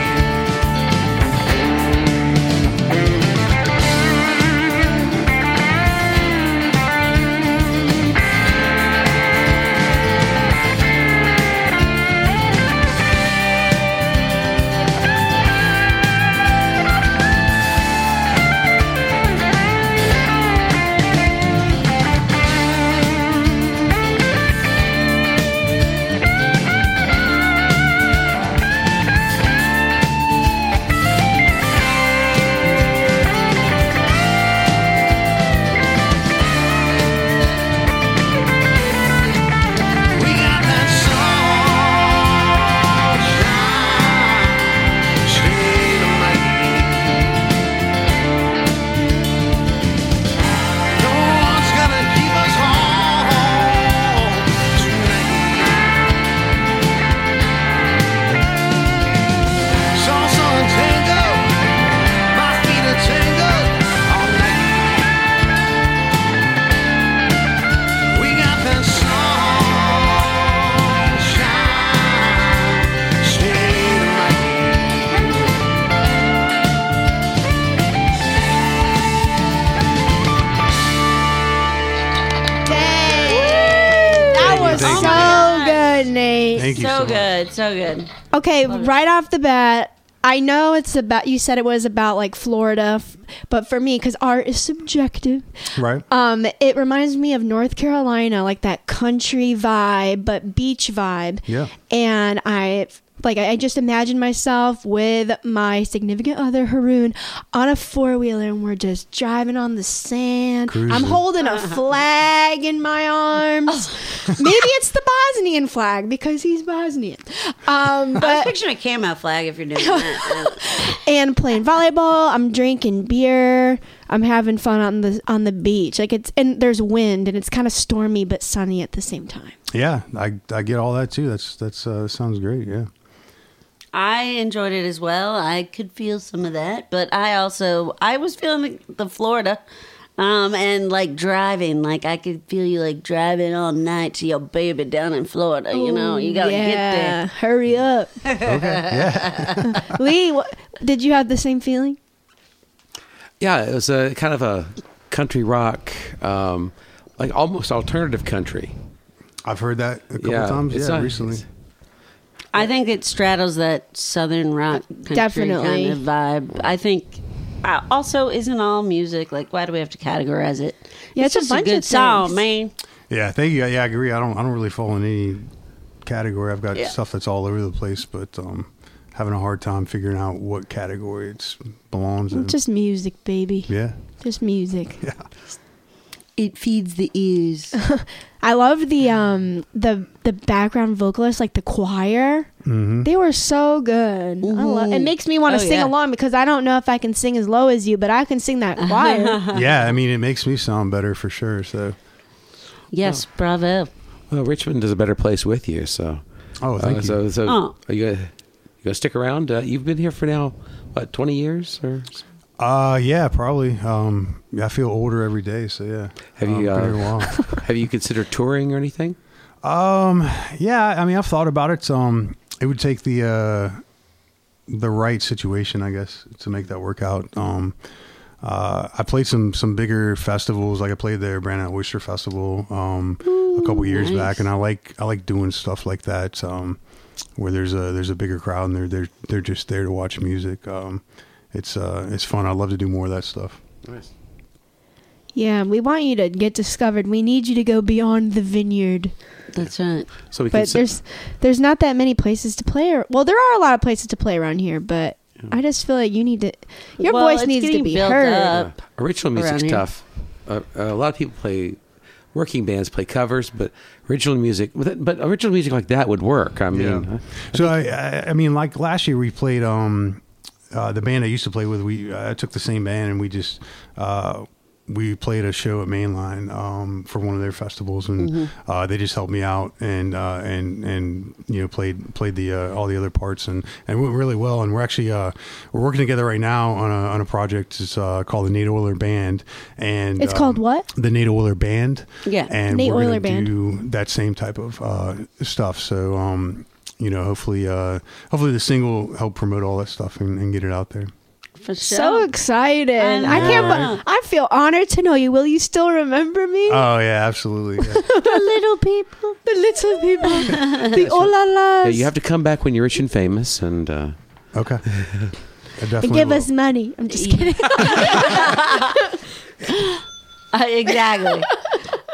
Speaker 3: Thank
Speaker 2: Oh,
Speaker 3: you.
Speaker 1: so
Speaker 2: my
Speaker 1: good, Nate.
Speaker 3: Thank you so,
Speaker 2: so
Speaker 3: much.
Speaker 2: good, so good.
Speaker 1: Okay, right off the bat, I know it's about you said it was about like Florida, f- but for me cuz art is subjective.
Speaker 3: Right?
Speaker 1: Um it reminds me of North Carolina, like that country vibe but beach vibe.
Speaker 3: Yeah.
Speaker 1: And I like I I just imagine myself with my significant other Haroon on a four wheeler and we're just driving on the sand. I'm
Speaker 3: Cruising.
Speaker 1: holding
Speaker 2: <laughs>
Speaker 1: a flag in my arms.
Speaker 2: Oh.
Speaker 1: Maybe it's the Bosnian flag because he's Bosnian. Um,
Speaker 2: <laughs> I was
Speaker 1: but
Speaker 2: picturing a camo flag if
Speaker 1: <laughs>
Speaker 2: you're doing that.
Speaker 1: and playing volleyball. I'm drinking beer. I'm having fun on the on the beach. Like it's and there's wind and it's kind of stormy but sunny at the same time.
Speaker 3: Yeah, I, I get all that too. That's that's uh, sounds great. Yeah.
Speaker 2: I enjoyed it as well. I could feel some of that, but I also I was feeling the, the Florida, um, and like driving, like I could feel you like driving all night to your baby down in Florida. you know, you gotta get there.
Speaker 1: Hurry up, <laughs> Lee. What, did you have the same feeling?
Speaker 4: Yeah, it was a kind of a country rock, um, like almost alternative country.
Speaker 3: I've heard that a couple
Speaker 4: Yeah,
Speaker 3: times.
Speaker 4: it's
Speaker 3: Yeah,
Speaker 4: not-
Speaker 3: recently.
Speaker 4: it's-
Speaker 2: I think it straddles that southern rock country
Speaker 1: Definitely.
Speaker 2: kind of vibe. I think uh, also isn't all music like why do we have to categorize it?
Speaker 1: Yeah, it's a
Speaker 2: just
Speaker 1: bunch
Speaker 2: good
Speaker 1: of
Speaker 2: song,
Speaker 1: things.
Speaker 2: man.
Speaker 3: Yeah, thank you. Yeah, I agree. I don't I don't really fall in any category. I've got
Speaker 2: Yeah.
Speaker 3: stuff that's all over the place, but um having a hard time figuring out what category it belongs in.
Speaker 1: Just music, baby.
Speaker 3: Mm-hmm. yeah. <laughs>
Speaker 1: Just music.
Speaker 2: It feeds the ears.
Speaker 1: I love the um the the background vocalists, like the choir. They were so good. I love, it makes me want
Speaker 2: Oh,
Speaker 1: to sing
Speaker 2: yeah.
Speaker 1: along because I don't know if I can sing as low as you, but I can sing
Speaker 2: <laughs>
Speaker 1: that choir.
Speaker 3: Yeah, I mean it makes me sound better for sure. So
Speaker 2: <laughs> yes, bravo.
Speaker 4: Well, Richmond is a better place with you, so.
Speaker 3: Oh, thank
Speaker 4: Uh,
Speaker 3: you.
Speaker 4: So, so
Speaker 2: Oh.
Speaker 4: are you gonna, you gonna stick around? Uh, you've been here for now, what, twenty years or? so?
Speaker 3: uh yeah, probably. Um I feel older every day, so yeah.
Speaker 4: Have
Speaker 3: Um,
Speaker 4: you,
Speaker 3: been
Speaker 4: uh,
Speaker 3: here a <laughs> while.
Speaker 4: <laughs> Have you considered touring or anything?
Speaker 3: Um, yeah, I mean, I've thought about it. Um, it would take the uh, the right situation, I guess, to make that work out. Um, uh, I played some some bigger festivals. Like I played the Brandon Oyster Festival um, a couple years
Speaker 2: nice.
Speaker 3: back, and I like I like doing stuff like that um, where there's a there's a bigger crowd and they're they're they're just there to watch music. Um, it's uh it's fun. I'd love to do more of that stuff.
Speaker 1: yeah, we want you to get discovered. We need you to go beyond the vineyard.
Speaker 2: That's right.
Speaker 4: So we can.
Speaker 1: But
Speaker 4: sit-
Speaker 1: there's there's not that many places to play. Or, well, there are a lot of places to play around here, but I just feel like you need to. Your
Speaker 2: Well,
Speaker 1: voice
Speaker 2: it's
Speaker 1: needs to
Speaker 2: getting
Speaker 1: be
Speaker 2: built
Speaker 1: heard.
Speaker 2: up.
Speaker 4: original music's
Speaker 2: around here.
Speaker 4: tough. Uh, a lot of people play. Working bands play covers, but original music, but but original music like that would work. I mean,
Speaker 3: Yeah. So I, I, I mean, like last year we played um, uh, the band I used to play with. We uh, I took the same band and we just uh, we played a show at Mainline um, for one of their festivals, and uh, they just helped me out and uh, and and you know played played the uh, all the other parts and and it went really well. And we're actually uh, we're working together right now on a on a project. It's uh, called the Nate Oiler Band, and
Speaker 1: It's called what?
Speaker 3: The Nate Oiler Band.
Speaker 2: Yeah.
Speaker 3: and
Speaker 1: Nate
Speaker 3: we're gonna
Speaker 1: Oiler Band.
Speaker 3: do do that same type of uh, stuff. So um, you know, hopefully, uh, hopefully the single will help promote all that stuff and, and get it out there.
Speaker 2: For sure.
Speaker 1: So excited! I,
Speaker 2: I
Speaker 1: can't.
Speaker 2: know.
Speaker 1: bu- I feel honored to know you. Will you still remember me?
Speaker 3: Oh yeah, absolutely.
Speaker 1: <laughs>
Speaker 3: Yeah.
Speaker 1: the little people, the little
Speaker 2: <laughs>
Speaker 1: people, the oh la
Speaker 4: Yeah,
Speaker 1: las.
Speaker 4: you have to come back when you're rich and famous, and uh,
Speaker 3: okay. I definitely
Speaker 1: and give
Speaker 3: will.
Speaker 1: us money. I'm just kidding.
Speaker 2: Uh, <laughs> exactly.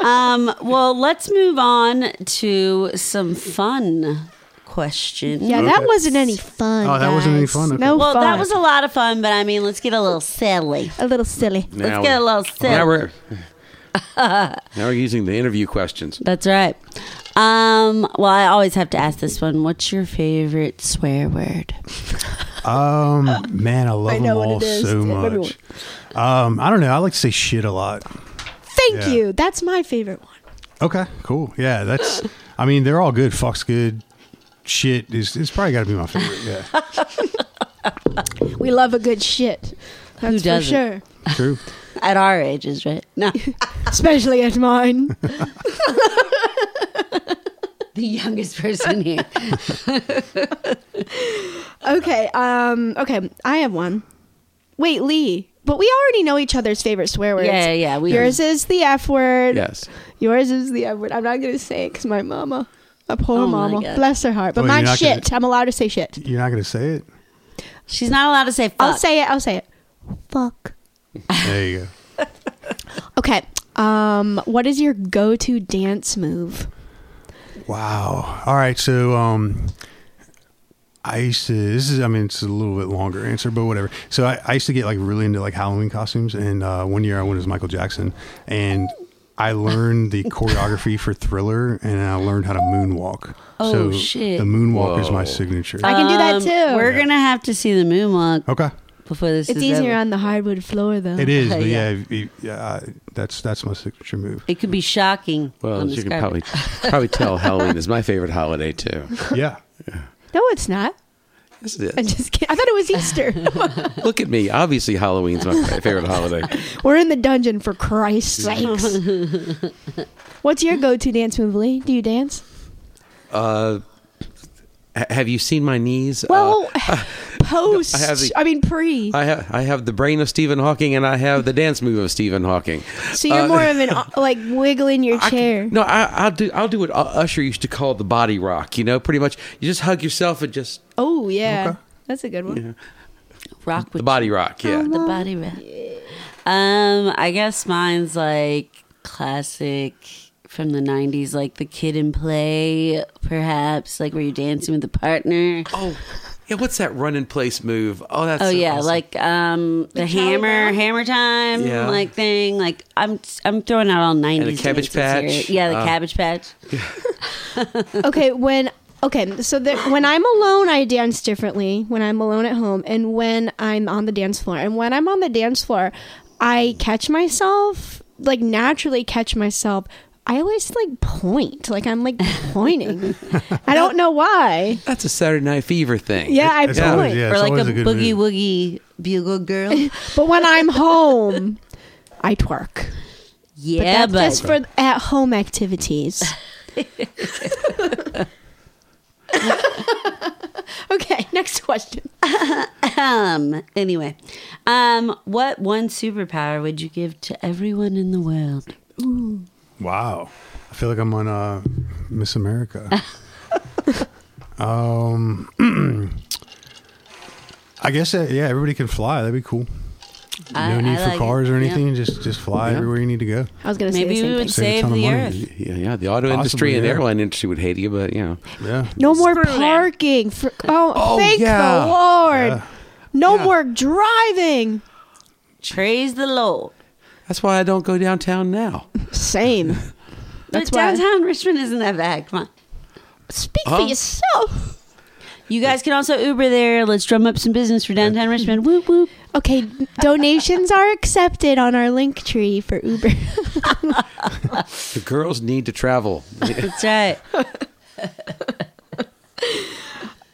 Speaker 2: um, well, let's move on to some fun questions.
Speaker 1: Yeah, that wasn't any fun.
Speaker 3: Oh, that wasn't any
Speaker 1: guys.
Speaker 3: fun? Okay.
Speaker 1: No
Speaker 2: Well,
Speaker 1: fun.
Speaker 2: that was a lot of fun, but I mean, let's get a little silly.
Speaker 1: a little silly.
Speaker 4: now-
Speaker 2: get a little silly.
Speaker 4: Now we're
Speaker 2: <laughs>
Speaker 4: now we're using the interview questions.
Speaker 2: That's right. Um, well, I always have to ask this one. What's your favorite swear word?
Speaker 3: Um, man, I love
Speaker 1: I
Speaker 3: them
Speaker 1: know what
Speaker 3: all
Speaker 1: it is.
Speaker 3: so
Speaker 1: Yeah, I know
Speaker 3: much. Um, I don't know. I like to say shit a lot.
Speaker 1: Thank
Speaker 3: Yeah.
Speaker 1: you. That's my favorite one.
Speaker 3: Okay, cool. Yeah, that's. I mean, they're all good. Fuck's good. Shit is. It's probably got to be my favorite.
Speaker 1: <laughs>
Speaker 3: Yeah,
Speaker 1: We love a good shit. That's for
Speaker 2: doesn't?
Speaker 1: sure.
Speaker 3: true.
Speaker 2: At our ages, right? No, <laughs>
Speaker 1: Especially at
Speaker 3: <laughs>
Speaker 1: mine.
Speaker 2: the youngest person here.
Speaker 1: Okay. Um. Okay. I have one. Wait, Lee. But we already know each other's favorite swear words.
Speaker 2: Yeah, yeah, we-
Speaker 1: Yours is the F word.
Speaker 4: Yes.
Speaker 1: Yours is the F word. I'm not gonna say it because my mama, a poor
Speaker 2: Oh my
Speaker 1: mama,
Speaker 2: God.
Speaker 1: bless her heart. But
Speaker 3: Well, Oh, you're
Speaker 1: mine's
Speaker 3: not gonna-
Speaker 1: shit. I'm allowed to say shit.
Speaker 3: You're not going to say it?
Speaker 2: She's not allowed to say fuck.
Speaker 1: I'll say it. I'll say it. Fuck.
Speaker 3: There you go.
Speaker 1: Okay. Um, what is your go-to dance move?
Speaker 3: Wow. All right. So, um, I used to. This is. I mean, it's a little bit longer answer, but whatever. So I, I used to get like really into like Halloween costumes, and uh, one year I went as Michael Jackson, and I
Speaker 2: <laughs>
Speaker 3: learned the choreography for Thriller, and I learned how to moonwalk.
Speaker 2: Oh,
Speaker 3: so
Speaker 2: shit.
Speaker 3: The moonwalk is my
Speaker 4: Whoa.
Speaker 3: signature.
Speaker 1: I can do that
Speaker 2: Um,
Speaker 1: too.
Speaker 2: We're gonna have to see the moonwalk
Speaker 3: okay.
Speaker 2: before this.
Speaker 1: it's
Speaker 2: is
Speaker 1: easier
Speaker 2: over.
Speaker 1: on the hardwood floor though.
Speaker 2: <laughs>
Speaker 3: It is, but
Speaker 2: Yeah.
Speaker 3: yeah, if- if- yeah, I- that's that's my
Speaker 2: <laughs>
Speaker 3: signature move.
Speaker 2: It could be shocking.
Speaker 4: Well,
Speaker 2: on
Speaker 4: as
Speaker 2: this
Speaker 4: you can
Speaker 2: carpet. <laughs>
Speaker 4: probably probably tell Halloween is my favorite holiday too.
Speaker 3: Yeah,
Speaker 1: No, it's not.
Speaker 4: Yes, it
Speaker 1: I'm
Speaker 4: is.
Speaker 1: just kidding. I thought it was Easter. <laughs>
Speaker 4: Look at me. Obviously, Halloween's my
Speaker 2: <laughs>
Speaker 4: fa- favorite holiday.
Speaker 1: We're in the dungeon for Christ's sakes. What's your go-to dance move, Lee? Do you dance?
Speaker 4: Uh, ha- have you seen my knees? <laughs> Uh,
Speaker 1: Well, post. I,
Speaker 4: I have the-
Speaker 1: mean, pre.
Speaker 4: I have I have the brain of Stephen Hawking and I have the dance move of Stephen Hawking.
Speaker 1: so you're
Speaker 4: uh,
Speaker 1: more of an uh, like wiggling your
Speaker 4: I can-
Speaker 1: chair.
Speaker 4: no, I, I'll do I'll do what U- Usher used to call the body rock. You know, pretty much you just hug yourself and just
Speaker 1: oh yeah, that's a good one.
Speaker 2: rock
Speaker 4: the
Speaker 2: with
Speaker 4: body rock. Yeah,
Speaker 2: the body wrap. Um, I guess mine's like classic from the '90s, like the kid in play, perhaps, like where you're dancing with a partner.
Speaker 4: Oh, yeah. What's that run in place move? Oh, that's
Speaker 2: Oh
Speaker 4: so
Speaker 2: yeah,
Speaker 4: awesome.
Speaker 2: like um the, hammer, hammer time,
Speaker 4: Yeah.
Speaker 2: like thing. Like I'm, I'm throwing out all '90s.
Speaker 4: Cabbage
Speaker 2: dances here.
Speaker 4: Patch.
Speaker 2: Yeah, the
Speaker 4: Uh,
Speaker 2: cabbage patch.
Speaker 1: okay, when okay, so that when I'm alone, I dance differently. When I'm alone at home, and when I'm on the dance floor, and when I'm on the dance floor, I catch myself like naturally catch myself. I always like point, like I'm like
Speaker 3: <laughs>
Speaker 1: pointing. I don't know why.
Speaker 4: that's a Saturday Night Fever thing.
Speaker 1: Yeah, I
Speaker 3: It's always-
Speaker 1: point.
Speaker 3: yeah,
Speaker 2: or
Speaker 3: it's
Speaker 2: like
Speaker 3: always
Speaker 2: a,
Speaker 3: good
Speaker 2: boogie
Speaker 3: move.
Speaker 2: woogie, be a good <laughs> girl.
Speaker 1: But when I'm home, I twerk. But
Speaker 2: yeah,
Speaker 1: that's
Speaker 2: but,
Speaker 1: just for at home
Speaker 2: <laughs>
Speaker 1: activities. <laughs> okay, next question.
Speaker 2: um anyway, um, what one superpower would you give to everyone in the world?
Speaker 3: Wow. I feel like I'm on uh, Miss
Speaker 2: <laughs>
Speaker 3: America. um, <clears throat> I guess that, yeah, everybody can fly. That'd be cool.
Speaker 2: I-
Speaker 3: no need
Speaker 2: I
Speaker 3: for
Speaker 2: like it.
Speaker 3: cars or
Speaker 2: Yeah.
Speaker 3: anything. Just just fly
Speaker 4: Yeah.
Speaker 3: everywhere you need to go.
Speaker 1: I was gonna say
Speaker 2: Maybe
Speaker 1: the
Speaker 2: we
Speaker 1: same
Speaker 2: would
Speaker 1: thing.
Speaker 3: Save a
Speaker 2: save,
Speaker 3: ton of
Speaker 2: the
Speaker 3: money.
Speaker 2: earth.
Speaker 4: yeah, yeah. The auto
Speaker 3: Possibly,
Speaker 4: industry and
Speaker 3: yeah.
Speaker 4: airline industry would hate you, but you know,
Speaker 3: Yeah.
Speaker 1: No more
Speaker 2: Screw that.
Speaker 1: parking. For, oh,
Speaker 4: Oh,
Speaker 1: thank
Speaker 4: yeah.
Speaker 1: the Lord.
Speaker 3: Yeah.
Speaker 1: No
Speaker 4: Yeah.
Speaker 1: more driving.
Speaker 2: Praise the Lord.
Speaker 4: that's why I don't go downtown now.
Speaker 1: Same. That's
Speaker 2: but
Speaker 1: why.
Speaker 2: downtown Richmond isn't that bad. Come on.
Speaker 1: Speak
Speaker 4: Huh?
Speaker 1: for yourself.
Speaker 2: You guys can also Uber there. Let's drum up some business for downtown Richmond. Whoop
Speaker 3: <laughs>
Speaker 2: whoop.
Speaker 1: Okay, donations are accepted on our link tree for Uber. <laughs>
Speaker 4: The girls need to travel.
Speaker 2: That's right.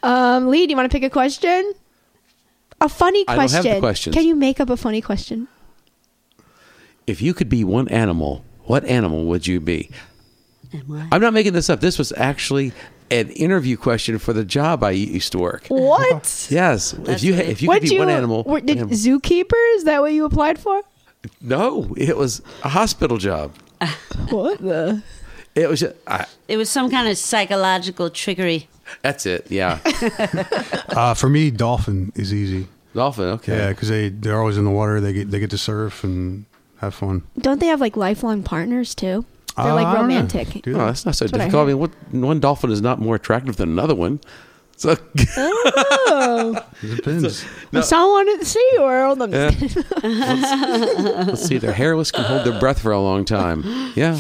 Speaker 1: Um, Lee, do you want to pick a question? A funny
Speaker 4: I
Speaker 1: question.
Speaker 4: don't have the questions.
Speaker 1: Can you make up a funny question?
Speaker 4: if you could be one animal, what animal would you be?
Speaker 2: And what?
Speaker 4: I'm not making this up. This was actually an interview question for the job I used to work.
Speaker 1: What?
Speaker 4: Yes,
Speaker 2: That's
Speaker 4: if you
Speaker 2: funny.
Speaker 4: if <laughs> you could be one animal,
Speaker 1: were- did
Speaker 4: animal-
Speaker 1: zookeeper? Is that what you applied for?
Speaker 4: no, it was a hospital job.
Speaker 1: What the?
Speaker 4: It was just, I,
Speaker 2: It was some kind of psychological trickery.
Speaker 4: that's it. Yeah,
Speaker 3: <laughs> Uh, for me, dolphin is easy.
Speaker 4: dolphin. Okay.
Speaker 3: Yeah, because they they're always in the water. They get they get to surf and have fun.
Speaker 1: Don't they have like lifelong partners too? They're
Speaker 3: Uh, I
Speaker 1: like
Speaker 3: don't know.
Speaker 1: romantic.
Speaker 3: Do
Speaker 4: Oh,
Speaker 3: they?
Speaker 4: that's not so
Speaker 1: what I
Speaker 4: difficult. I, mean, what, one dolphin is not more attractive than another one. So <laughs>
Speaker 1: Oh,
Speaker 2: <laughs>
Speaker 3: It depends.
Speaker 1: I saw one at the Sea World. I'm
Speaker 4: Yeah.
Speaker 1: just kidding.
Speaker 4: let's see, they're hairless can hold their breath for a long time. Yeah.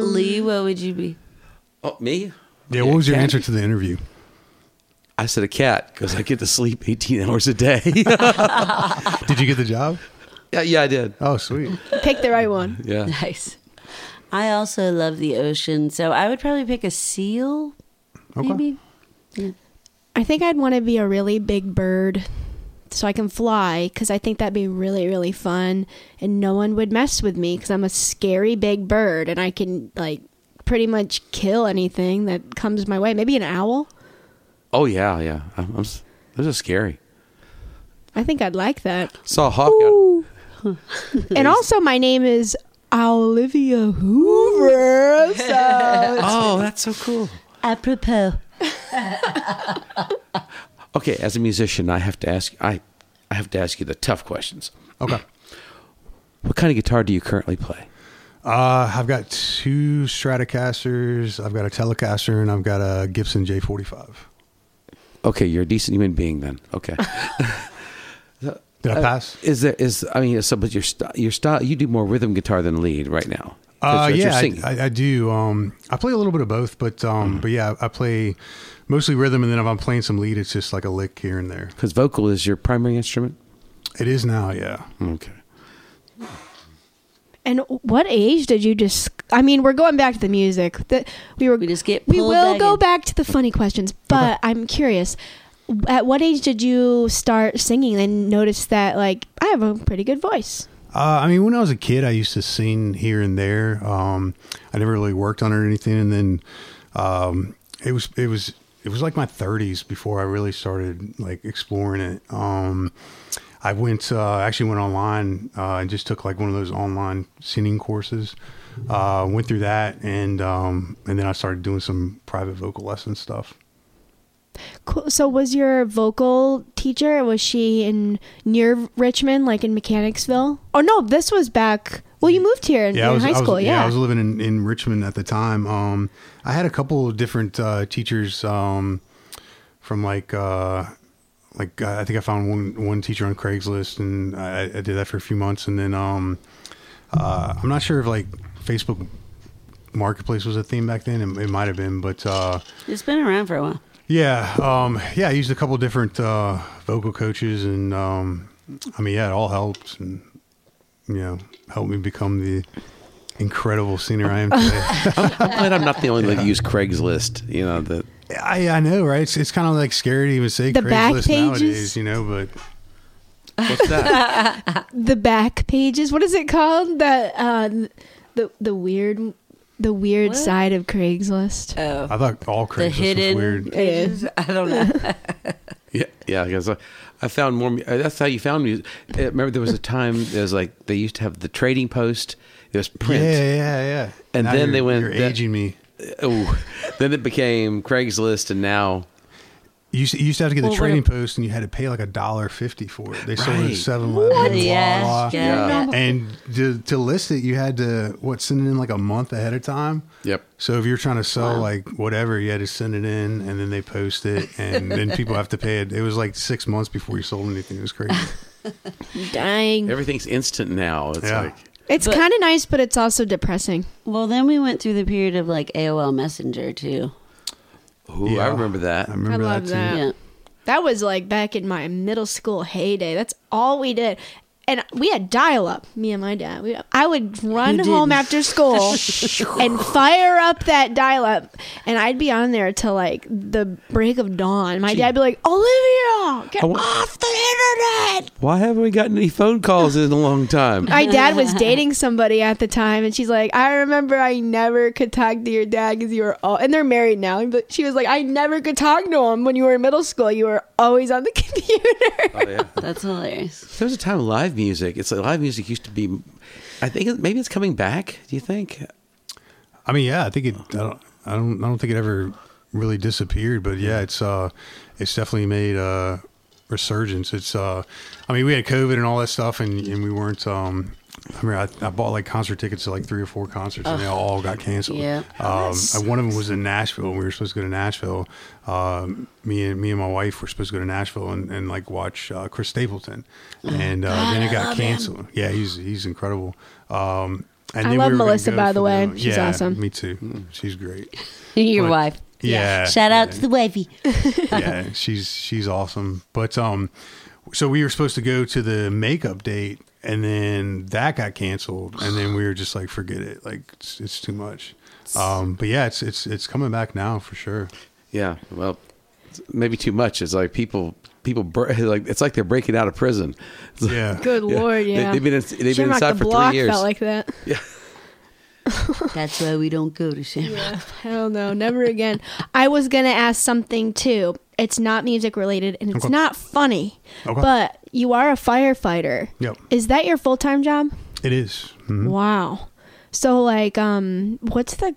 Speaker 2: Lee, what would you be?
Speaker 4: Oh, me?
Speaker 3: Yeah. What was your
Speaker 4: cat.
Speaker 3: answer to the interview?
Speaker 4: I said a cat because I get to sleep 18 hours a day. <laughs> yeah,
Speaker 3: Did you get the job?
Speaker 4: yeah, I did.
Speaker 3: Oh, sweet.
Speaker 1: <laughs> Pick the right one.
Speaker 4: Yeah.
Speaker 2: <laughs> Nice. I also love the ocean, so I would probably pick a seal. <laughs>
Speaker 3: Okay.
Speaker 2: Maybe.
Speaker 1: I think I'd want to be a really big bird so I can fly because I think that'd be really, really fun and no one would mess with me because I'm a scary big bird and I can like pretty much kill anything that comes my way. Maybe an owl.
Speaker 4: Oh, yeah, yeah. I'm, I'm, s- those are scary.
Speaker 1: I think I'd like that.
Speaker 4: Saw a hawk out.
Speaker 1: Ooh. and also, my name is Olivia Hoover. So
Speaker 4: Oh, that's so cool.
Speaker 2: Apropos.
Speaker 4: Okay, as a musician, I have to ask I I have to ask you the tough questions.
Speaker 3: Okay.
Speaker 4: What kind of guitar do you currently play?
Speaker 3: Uh, I've got two Stratocasters, I've got a Telecaster, and I've got a Gibson J45.
Speaker 4: Okay, you're a decent human being then. Okay.
Speaker 3: Did I
Speaker 4: Uh,
Speaker 3: <laughs> pass?
Speaker 4: Is there is I mean so but your style your style you do more rhythm guitar than lead right now. 'Cause
Speaker 3: Uh,
Speaker 4: that's your
Speaker 3: yeah, I,
Speaker 4: singing. Mm-hmm.
Speaker 3: I, I do. Um, I play a little bit of both, but um, but yeah, I play mostly rhythm, and then if I'm playing some lead, it's just like a lick here and there.
Speaker 4: Because vocal is your primary instrument.
Speaker 3: It is now, yeah. <laughs>
Speaker 4: Okay.
Speaker 1: And what age did you just? I mean, we're going back to the music. That we were.
Speaker 2: We just get
Speaker 1: We
Speaker 2: pulled
Speaker 1: will
Speaker 2: back
Speaker 1: go
Speaker 2: in.
Speaker 1: back to the funny questions, but I'm curious. At what age did you start singing and notice that like I have a pretty good voice?
Speaker 3: Uh, I mean, when I was a kid, I used to sing here and there. Um, I never really worked on it or anything, and then um, it was it was it was like my 30s before I really started like exploring it. Um, I went uh, actually went online uh, and just took like one of those online singing courses. Uh, went through that, and um, and then I started doing some private vocal lesson stuff.
Speaker 1: Cool. So was your vocal teacher? Was she in near Richmond, like in Mechanicsville? Oh no, this was back. Well, you moved here in,
Speaker 3: yeah, I
Speaker 1: in
Speaker 3: was,
Speaker 1: high
Speaker 3: I was-
Speaker 1: school. yeah.
Speaker 3: I was living in, in Richmond at the time. Um, I had a couple of different uh, teachers um, from like uh, like uh, I think I found one one teacher on Craigslist, and I, I did that for a few months, and then um, uh, I'm not sure if like Facebook Marketplace was a thing back then. It, it might have been, but. Uh,
Speaker 2: It's been around for a while.
Speaker 3: yeah, um, yeah. I used a couple different uh, vocal coaches, and um, I mean, yeah, it all helped, and you know, helped me become the incredible singer I am today.
Speaker 4: I'm glad I'm not the only one that used Craigslist. You know that
Speaker 3: I, I know, right? It's, it's kind of like scary to even say
Speaker 1: The back
Speaker 3: Craigslist
Speaker 1: pages?
Speaker 3: nowadays, you know. But
Speaker 4: what's that?
Speaker 1: the back pages. What is it called? The uh, the the weird the weird
Speaker 2: What?
Speaker 1: side of Craigslist.
Speaker 2: Oh.
Speaker 3: I thought all Craigslist
Speaker 2: the
Speaker 3: was
Speaker 2: hidden
Speaker 3: weird.
Speaker 2: pages? I don't
Speaker 3: <laughs>
Speaker 2: know.
Speaker 4: yeah, yeah. Because I, I found more. mu- uh, That's how you found music. Uh, Remember, there was a time there was like they used to have the Trading Post. There was
Speaker 3: Yeah,
Speaker 4: print.
Speaker 3: yeah, yeah.
Speaker 4: And then
Speaker 3: you're-
Speaker 4: they went
Speaker 3: You're
Speaker 4: that-
Speaker 3: aging me.
Speaker 4: Oh, then it became Craigslist, and now
Speaker 3: You used, to, you used to have to get the
Speaker 2: Well, what
Speaker 3: training
Speaker 2: a-
Speaker 3: post, and you had to pay like a dollar fifty for it. They sold it
Speaker 4: Right.
Speaker 3: at Seven Eleven.
Speaker 2: yes,
Speaker 4: Yeah.
Speaker 2: yeah.
Speaker 3: And to, to list it, you had to what send it in like a month ahead of time.
Speaker 4: Yep.
Speaker 3: So if you're trying to sell like whatever, you had to send it in, and then they post it, and then people have to pay it. It was like six months before you sold anything. It was crazy.
Speaker 1: Dying.
Speaker 4: everything's instant. Now it's
Speaker 3: Yeah.
Speaker 4: like
Speaker 1: it's
Speaker 2: but-
Speaker 1: kind of nice, but it's also depressing.
Speaker 2: Well, then we went through the period of like AOL Messenger too.
Speaker 4: oh, I
Speaker 3: Yeah.
Speaker 4: remember that.
Speaker 3: I remember
Speaker 1: love
Speaker 3: that too.
Speaker 1: that.
Speaker 2: Yeah.
Speaker 1: That was like back in my middle school heyday. That's all we did. And we had dial up, me and my dad. We, I would run
Speaker 2: didn't?
Speaker 1: home after school and fire up that dial up. And I'd be on there till like the break of dawn. My dad'd be like, Olivia, get
Speaker 4: I wa-
Speaker 1: off the internet.
Speaker 4: Why haven't we gotten any phone calls in a long time?
Speaker 1: my dad <laughs> was dating somebody at the time, and she's like, I remember I never could talk to your dad because you were all, and they're married now. But she was like, I never could talk to him when you were in middle school. You were always on the <laughs> computer.
Speaker 4: Oh, yeah.
Speaker 2: That's hilarious.
Speaker 4: There was a time live music. It's like live music used to be. I think it- maybe it's coming back. Do you think?
Speaker 3: I mean, yeah, I think it. I don't. I don't. I don't think it ever really disappeared, but yeah, it's. uh It's definitely made a resurgence. It's. uh I mean, we had COVID and all that stuff, and and we weren't. um I mean, I, I bought like concert tickets to like three or four concerts, and they all got canceled.
Speaker 2: Yeah.
Speaker 3: Um, and one of them was in Nashville. We were supposed to go to Nashville. Um, me and me and my wife were supposed to go to Nashville and, and like watch uh, Chris Stapleton, and uh, then it got canceled. Yeah, he's he's incredible. Um, and
Speaker 1: I
Speaker 3: then
Speaker 1: love
Speaker 3: we were gonna
Speaker 1: Melissa,
Speaker 3: go
Speaker 1: by
Speaker 3: for
Speaker 1: the way. She's
Speaker 3: yeah,
Speaker 1: awesome.
Speaker 3: Me too. Mm, She's great.
Speaker 2: <laughs> Your
Speaker 3: But-
Speaker 2: wife.
Speaker 3: Yeah.
Speaker 2: Shout out to the wifey.
Speaker 3: yeah, she's she's awesome. But um, so we were supposed to go to the makeup date, and then that got canceled, and then we were just like, forget it, like it's, it's too much. Um, but yeah, it's it's it's coming back now for sure.
Speaker 4: Yeah. Well, maybe too much. It's like people people br- <laughs> like it's like they're breaking out of prison. It's like-
Speaker 3: Yeah,
Speaker 1: Good lord,
Speaker 4: They-
Speaker 1: yeah.
Speaker 4: they've been in- they've been
Speaker 1: Shamrock
Speaker 4: inside
Speaker 1: the
Speaker 4: for three
Speaker 1: block
Speaker 4: years.
Speaker 1: Felt like that.
Speaker 2: That's why we don't go to Shamrock.
Speaker 1: <laughs> Hell no, never again. I was gonna ask something too, it's not music related and it's
Speaker 3: Okay.
Speaker 1: not funny.
Speaker 3: Okay.
Speaker 1: But you are a firefighter.
Speaker 3: Yep.
Speaker 1: Is that your full time job?
Speaker 3: It is. Mhm.
Speaker 1: Wow. So like um what's the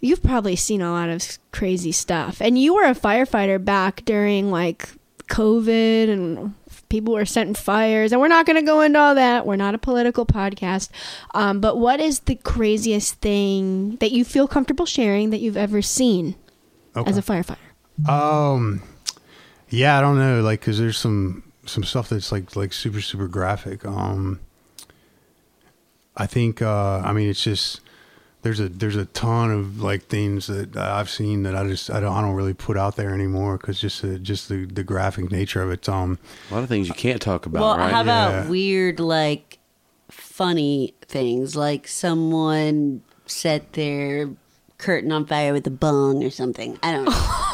Speaker 1: you've probably seen a lot of s- crazy stuff. And you were a firefighter back during like COVID and people were setting fires and we're not going to go into all that. We're not a political podcast. Um but what is the craziest thing that you feel comfortable sharing that you've ever seen
Speaker 3: Okay.
Speaker 1: as a firefighter?
Speaker 3: Um, yeah, I don't know, like, cause there's some some stuff that's like like super super graphic. Um, I think, uh, I mean, it's just there's a there's a ton of like things that I've seen that I just I don't I don't really put out there anymore because just the, just the the graphic nature of it. Um,
Speaker 4: A lot of things you can't talk about,
Speaker 2: well,
Speaker 4: right?
Speaker 2: how about
Speaker 3: Yeah.
Speaker 2: weird, like funny things, like someone set their curtain on fire with a bong or something. I <laughs> don't know.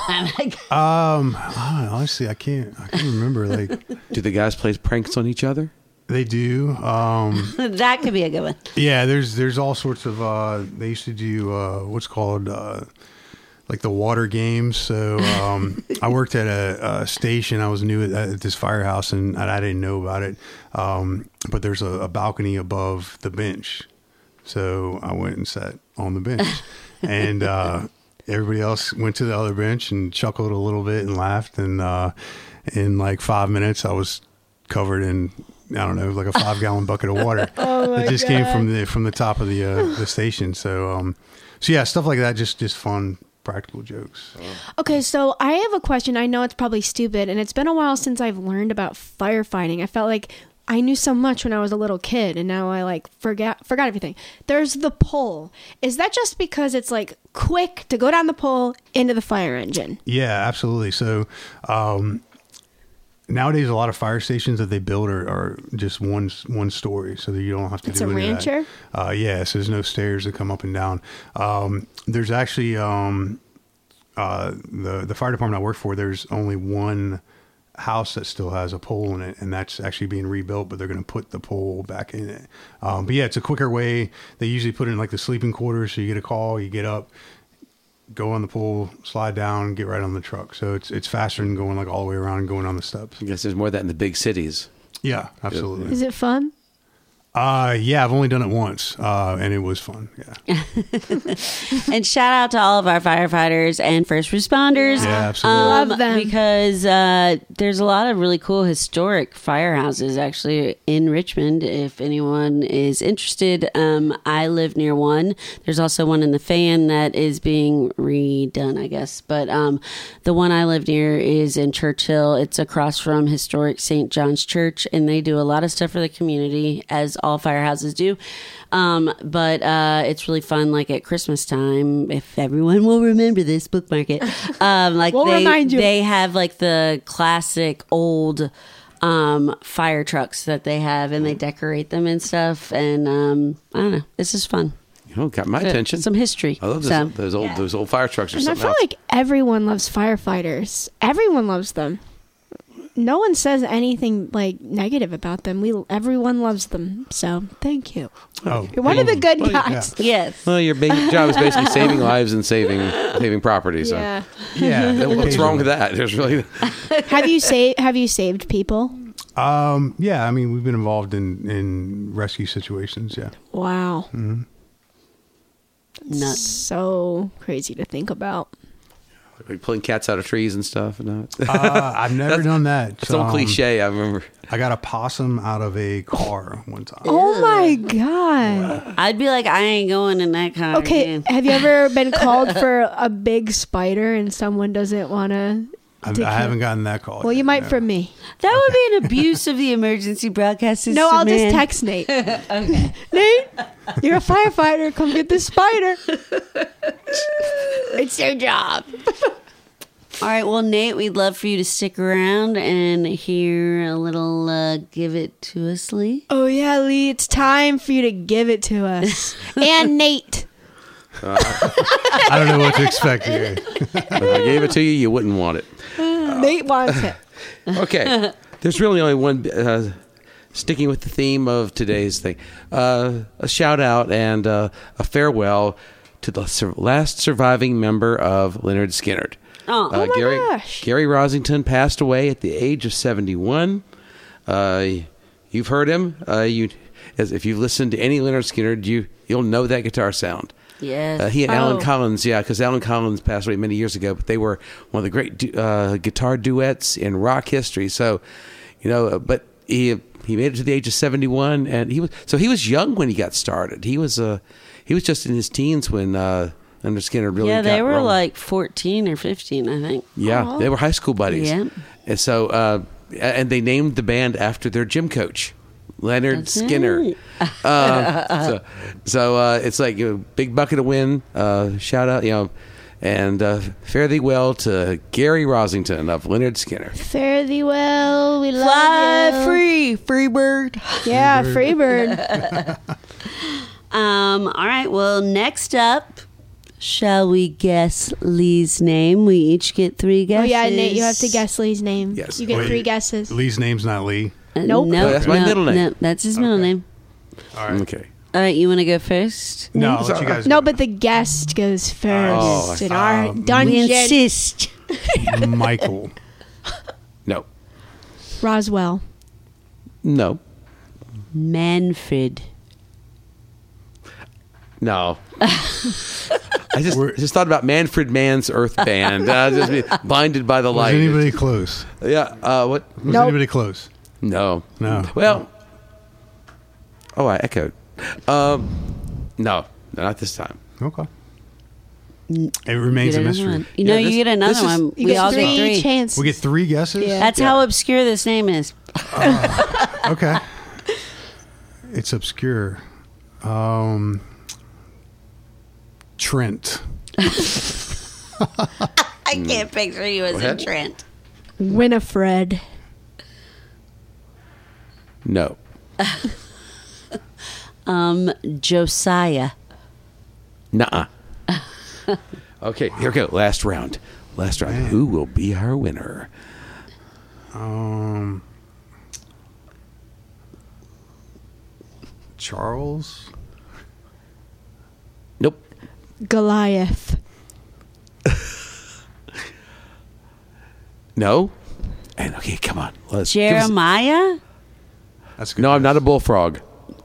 Speaker 2: I'm like, <laughs>
Speaker 3: um, I don't know, honestly, I can't I can't remember. Like
Speaker 4: Do the guys play pranks on each other?
Speaker 3: they do. Um,
Speaker 2: that could be a good one.
Speaker 3: Yeah, there's there's all sorts of uh they used to do uh what's called uh like the water games. So
Speaker 1: <laughs>
Speaker 3: um I worked at a, a station. I was new at, at this firehouse and I, I didn't know about it. Um but there's a, a balcony above the bench. So I went and sat on
Speaker 1: <laughs>
Speaker 3: the bench. and uh everybody else went to the other bench and chuckled a little bit and laughed and uh in like 5 minutes I was covered in I don't know, like a five gallon bucket of water
Speaker 1: <laughs> Oh my
Speaker 3: that just came from
Speaker 1: God.
Speaker 3: the from the top of the uh, the station. So um, so yeah, stuff like that. Just just fun practical jokes.
Speaker 1: Okay, so I have a question. I know it's probably stupid, and it's been a while since I've learned about firefighting. I felt like I knew so much when I was a little kid, and now I like forgot forgot everything. There's the pole. Is that just because it's like quick to go down the pole into the fire engine?
Speaker 3: Yeah, absolutely. So um, nowadays, a lot of fire stations that they build are, are just one one story, so that you don't have to
Speaker 1: It's
Speaker 3: do
Speaker 1: a
Speaker 3: any of that.
Speaker 1: rancher?
Speaker 3: Uh, yeah, so there's no stairs that come up and down. Um, there's actually um, uh, the the fire department I work for. There's only one house that still has a pole in it, and that's actually being rebuilt. But they're going to put the pole back in it. Um, but yeah, it's a quicker way. They usually put it in like the sleeping quarters, so you get a call, you get up, go on the pool, slide down, get right on the truck. So it's it's faster than going like all the way around and going on the steps.
Speaker 4: I guess there's more of that in the big cities.
Speaker 3: Yeah, absolutely.
Speaker 1: Is it fun?
Speaker 3: Uh, yeah, I've only done it once, uh, and it was fun. Yeah,
Speaker 2: and shout out to all of our firefighters and first responders. Um,
Speaker 3: Yeah, absolutely.
Speaker 1: Love them.
Speaker 2: Because uh, there's a lot of really cool historic firehouses actually in Richmond. If anyone is interested, um, I live near one. There's also one in the fan that is being redone, I guess. But um, the one I live near is in Churchill. It's across from historic St. John's Church, and they do a lot of stuff for the community, as all firehouses do. Um, but uh, it's really fun, like at Christmas time, if everyone will remember this, bookmark it. Um, like
Speaker 1: We'll
Speaker 2: they,
Speaker 1: remind you.
Speaker 2: they have like the classic old um, fire trucks that they have, and they decorate them and stuff. And um, I don't know, this is fun.
Speaker 4: You know, got my
Speaker 2: Good.
Speaker 4: attention.
Speaker 2: Some history.
Speaker 4: I love those,
Speaker 2: So,
Speaker 4: those old those old fire trucks or
Speaker 1: And I
Speaker 4: something.
Speaker 1: feel
Speaker 4: else.
Speaker 1: like everyone loves firefighters. Everyone loves them. No one says anything like negative about them. We everyone loves them. So thank you.
Speaker 3: oh,
Speaker 1: You're one of the good
Speaker 4: <laughs>
Speaker 1: guys.
Speaker 2: yes.
Speaker 4: well, your big job is
Speaker 1: <laughs>
Speaker 4: basically saving lives and saving saving property. So
Speaker 1: yeah.
Speaker 3: yeah.
Speaker 4: what's wrong with that? There's really <laughs>
Speaker 1: have you saved Have you saved people?
Speaker 3: Um, yeah, I mean, we've been involved in in rescue situations.
Speaker 4: <laughs>
Speaker 3: Yeah,
Speaker 1: Wow,
Speaker 3: Hmm.
Speaker 2: Nuts.
Speaker 1: so crazy to think about.
Speaker 4: like pulling cats out of trees and stuff. No, it's,
Speaker 3: uh, I've never done that.
Speaker 4: <laughs> it's all
Speaker 3: Um,
Speaker 4: cliche. I remember.
Speaker 3: I got a possum out of a car one time.
Speaker 1: Oh my god.
Speaker 2: I'd be like, I ain't going in that car.
Speaker 1: Okay,
Speaker 2: again.
Speaker 1: have you ever <laughs> been called for a big spider and someone doesn't want to?
Speaker 3: I, I haven't gotten that call.
Speaker 1: Well,
Speaker 3: yet,
Speaker 1: you might
Speaker 3: no.
Speaker 1: from me.
Speaker 2: That would be an abuse of the emergency broadcast system.
Speaker 1: No, I'll
Speaker 2: man.
Speaker 1: just text <laughs> Nate. okay. Nate, you're a firefighter. Come get this spider. it's your job.
Speaker 2: All right, well, Nate, we'd love for you to stick around and hear a little uh, "Give It to Us," Lee.
Speaker 1: Oh yeah, Lee. It's time for you to give it to <laughs> us. and Nate.
Speaker 3: I don't know what to
Speaker 1: <laughs>
Speaker 3: expect here.
Speaker 4: If I gave it to you, you wouldn't want it.
Speaker 3: Oh.
Speaker 1: Nate wants it.
Speaker 4: Okay. There's really only one. Uh, sticking with the theme of today's thing, uh, a shout out and uh, a farewell to the sur- last surviving member of Leonard Skinner.
Speaker 2: Oh.
Speaker 4: Uh,
Speaker 1: my
Speaker 4: Gary
Speaker 1: gosh.
Speaker 4: Gary Rosington passed away at the age of 71. Uh, you've heard him. Uh, you, as if you've listened to any Leonard Skinner, you you'll know that guitar sound.
Speaker 2: Yes.
Speaker 4: Uh, he and
Speaker 1: Oh.
Speaker 4: Alan Collins, yeah, because Alan Collins passed away many years ago, but they were one of the great du- uh, guitar duets in rock history. So, you know, uh, but he he made it to the age of seventy one, and he was so he was young when he got started. He was uh he was just in his teens when uh, Leonard Skinner really
Speaker 2: yeah, they
Speaker 4: got
Speaker 2: were
Speaker 4: rolling.
Speaker 2: like 14 or 15, I think.
Speaker 4: Yeah,
Speaker 1: Aw.
Speaker 4: they were high school buddies.
Speaker 2: Yeah.
Speaker 4: And so, uh, and they named the band after their gym coach, Leonard
Speaker 2: That's
Speaker 4: Skinner.
Speaker 2: right.
Speaker 4: <laughs> Uh, so, so uh, it's like you know, big bucket of wind. Uh, shout out, you know, and uh, fare thee well to Gary Rosington of Leonard Skinner.
Speaker 1: Fare thee well. We love
Speaker 2: Fly
Speaker 1: you.
Speaker 2: free, free bird.
Speaker 1: Yeah, Freebird.
Speaker 2: Um, all right, well, next up, shall we guess Lee's name? We each get three
Speaker 1: oh
Speaker 2: guesses.
Speaker 1: yeah, Nate, you have to guess Lee's name.
Speaker 4: Yes.
Speaker 1: You get
Speaker 3: Wait,
Speaker 1: three guesses.
Speaker 3: Lee's name's not Lee.
Speaker 2: Uh,
Speaker 1: Nope.
Speaker 2: No,
Speaker 4: Oh, that's my
Speaker 2: no,
Speaker 4: middle name.
Speaker 2: No, that's his middle name.
Speaker 3: All right.
Speaker 4: Okay.
Speaker 2: All right, you want to go first?
Speaker 3: No, I'll let you guys.
Speaker 1: No,
Speaker 3: go.
Speaker 1: but the guest goes first
Speaker 4: Oh,
Speaker 1: in our
Speaker 3: uh,
Speaker 2: We
Speaker 1: dungeon.
Speaker 2: insist.
Speaker 3: Michael.
Speaker 4: No.
Speaker 1: Roswell.
Speaker 4: No.
Speaker 2: Manfred.
Speaker 3: <laughs>
Speaker 4: No. I just,
Speaker 3: We're-
Speaker 4: just thought about Manfred Mann's Earth Band. Uh,
Speaker 3: <laughs>
Speaker 4: just be blinded by the
Speaker 3: Was
Speaker 4: light.
Speaker 3: anybody close?
Speaker 4: Yeah. Uh, what?
Speaker 3: Was
Speaker 1: Nope.
Speaker 3: anybody close?
Speaker 4: No.
Speaker 3: No.
Speaker 4: Well. Oh, I echoed. Um, no, not this time.
Speaker 3: Okay. It remains
Speaker 2: get another
Speaker 3: a mystery.
Speaker 2: one. You know,
Speaker 4: Yeah, this-
Speaker 2: you get another
Speaker 4: this is-
Speaker 2: one.
Speaker 1: You
Speaker 2: we
Speaker 1: get
Speaker 2: all
Speaker 1: three,
Speaker 2: get three.
Speaker 1: chances.
Speaker 3: We get three guesses.
Speaker 1: Yeah.
Speaker 2: That's how obscure this name is.
Speaker 3: <laughs> Okay. It's obscure. Um, Trent.
Speaker 2: I can't picture you as
Speaker 4: Mm. ahead.
Speaker 2: a Trent.
Speaker 1: Winifred.
Speaker 4: No.
Speaker 2: Um, Josiah.
Speaker 3: <laughs>
Speaker 4: Nuh-uh. okay, here we go. Last round. Last round.
Speaker 3: Man.
Speaker 4: Who will be our winner?
Speaker 3: Um, Charles.
Speaker 4: Nope.
Speaker 1: Goliath.
Speaker 4: No. And okay, come on. Let's give us-
Speaker 2: Jeremiah?
Speaker 3: That's good.
Speaker 4: No, I'm not a bullfrog.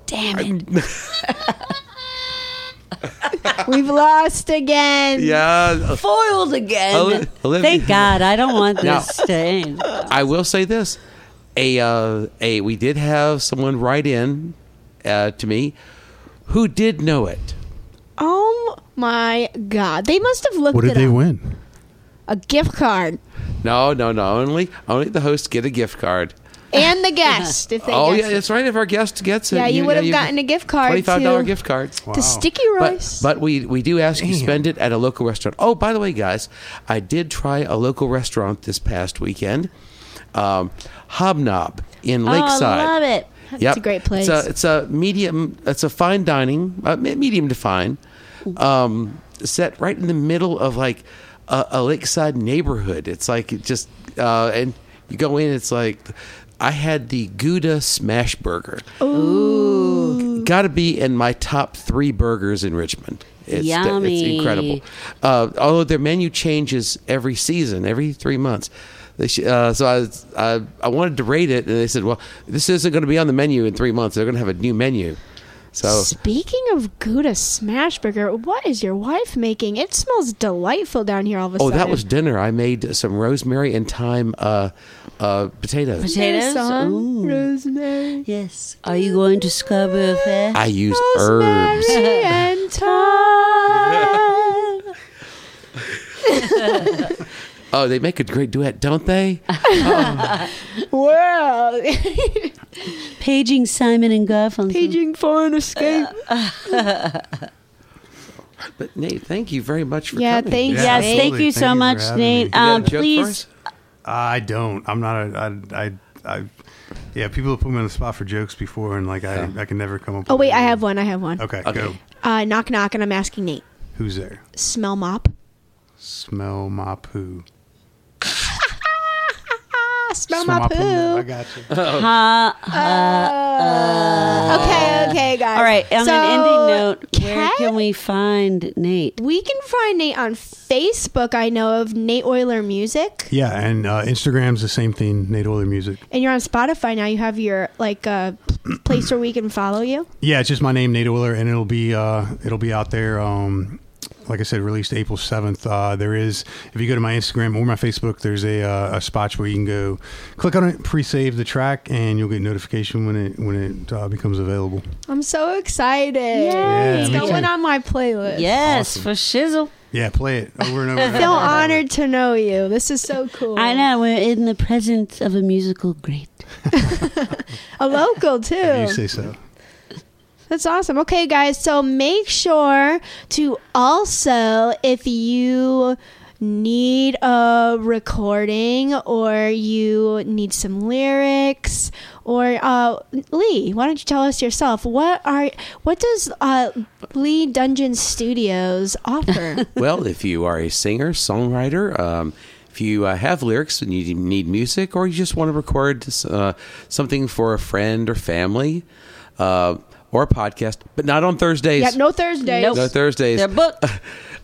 Speaker 2: Damn it.
Speaker 1: <laughs> We've lost again.
Speaker 4: Yeah.
Speaker 2: Foiled again.
Speaker 4: Oli- Olivia-
Speaker 2: Thank God. I don't want
Speaker 4: <laughs> No.
Speaker 2: this to end.
Speaker 4: I will say this: a uh, a we did have someone write in uh, to me who did know it.
Speaker 1: Oh my God! They must have looked
Speaker 3: What
Speaker 1: it
Speaker 3: did they
Speaker 1: up.
Speaker 3: win?
Speaker 1: A gift card
Speaker 4: No, no, no. Only only the hosts get a gift card.
Speaker 1: and the guest. if they
Speaker 4: <laughs> oh
Speaker 1: guessed
Speaker 4: yeah,
Speaker 1: it.
Speaker 4: that's right. If our guest gets it,
Speaker 1: Yeah, you would have gotten a gift card.
Speaker 4: twenty-five dollar
Speaker 1: to-
Speaker 4: gift card.
Speaker 1: to Sticky
Speaker 4: But,
Speaker 1: Royce.
Speaker 4: but we we do ask you
Speaker 3: Damn.
Speaker 4: spend it at a local restaurant. Oh, by the way, guys, I did try a local restaurant this past weekend, um, Hobnob in
Speaker 2: Oh, I
Speaker 4: Lakeside.
Speaker 2: love it.
Speaker 1: That's a great place.
Speaker 4: It's a, it's a medium. It's a fine dining, uh, me- medium to fine, um, set right in the middle of like a, a lakeside neighborhood. It's like it just uh, and you go in. It's like I had the Gouda smash burger. Ooh, got to be in my top three burgers in Richmond. It's, it's
Speaker 2: Yummy.
Speaker 4: incredible. Uh, although their menu changes every season, every three months. They sh- uh, so I, was- I I wanted to rate it, and they said, "Well, this isn't going to be on the menu in three months. They're going to have a new menu." So
Speaker 1: Speaking of Gouda smash burger, what is your wife making? It smells delightful down here all of a
Speaker 4: oh,
Speaker 1: sudden.
Speaker 4: that was dinner. I made some rosemary and thyme uh, uh, potatoes.
Speaker 1: There's
Speaker 2: Potatoes?
Speaker 1: some
Speaker 2: Ooh.
Speaker 1: rosemary.
Speaker 2: Yes. Are you going to Scarborough Fair?
Speaker 4: I use
Speaker 1: Rosemary
Speaker 4: herbs. <laughs>
Speaker 1: <laughs> and thyme.
Speaker 4: Oh, they make a great duet, don't they?
Speaker 1: Wow. <laughs>
Speaker 2: Paging Simon and Garfunkel.
Speaker 1: Paging for an escape.
Speaker 4: But Nate, thank you very much for
Speaker 1: Yeah,
Speaker 4: coming.
Speaker 1: thank
Speaker 3: Yeah,
Speaker 2: Yes, thank
Speaker 3: absolutely.
Speaker 2: you so
Speaker 3: Thank you for
Speaker 2: much,
Speaker 3: having me.
Speaker 2: Nate.
Speaker 3: You
Speaker 4: You got
Speaker 2: Um,
Speaker 4: a joke for
Speaker 2: please,
Speaker 4: us?
Speaker 3: I don't. I'm not a. I. I. I yeah, people have put me on the spot for jokes before, and like I, I can never come up.
Speaker 1: Oh,
Speaker 3: with
Speaker 1: wait, I
Speaker 3: any.
Speaker 1: have one. I have one.
Speaker 3: Okay,
Speaker 4: Okay.
Speaker 3: go.
Speaker 1: Uh, knock, knock, and I'm asking Nate.
Speaker 3: Who's there?
Speaker 1: Smell mop.
Speaker 3: Smell my poo.
Speaker 1: Ah, smell my
Speaker 3: Swap 'em. I
Speaker 1: poo.
Speaker 3: got you. <laughs>
Speaker 2: Ha, ha.
Speaker 1: okay, okay, guys.
Speaker 2: All right. On
Speaker 1: So,
Speaker 2: an ending note, where
Speaker 1: Kat-
Speaker 2: can we find Nate?
Speaker 1: We can find Nate on Facebook. I know of Nate Euler Music,
Speaker 3: Yeah, and uh, Instagram's the same thing. Nate Oiler Music.
Speaker 1: and you're on Spotify now. You have your like uh, place where we can follow you.
Speaker 3: Yeah, it's just my name, Nate Oiler, and it'll be uh, it'll be out there. Um, like I said, released April seventh. Uh, there is, if you go to my Instagram or my Facebook, there's a, uh, a spot where you can go click on it, pre-save the track, and you'll get notification when it when it uh, becomes available.
Speaker 1: I'm so excited. it's
Speaker 3: me
Speaker 1: going
Speaker 3: too.
Speaker 1: on my playlist.
Speaker 2: Yes, for shizzle.
Speaker 3: Yeah, play it over and over.
Speaker 1: <laughs>
Speaker 3: and
Speaker 1: I feel
Speaker 3: over.
Speaker 1: honored to know you. This is so cool.
Speaker 2: I know we're in the presence of a musical great.
Speaker 1: A local too.
Speaker 3: You say so.
Speaker 1: That's awesome. Okay, guys, so make sure to also, if you need a recording or you need some lyrics or uh, Lee, why don't you tell us yourself what are what does uh, Lee Dungeon Studios offer?
Speaker 4: well, if you are a singer, songwriter, um, if you uh, have lyrics and you need music, or you just want to record uh, something for a friend or family, uh, or a podcast, but not on Thursdays.
Speaker 1: yeah, no Thursdays.
Speaker 2: Nope.
Speaker 4: No Thursdays.
Speaker 2: They're booked.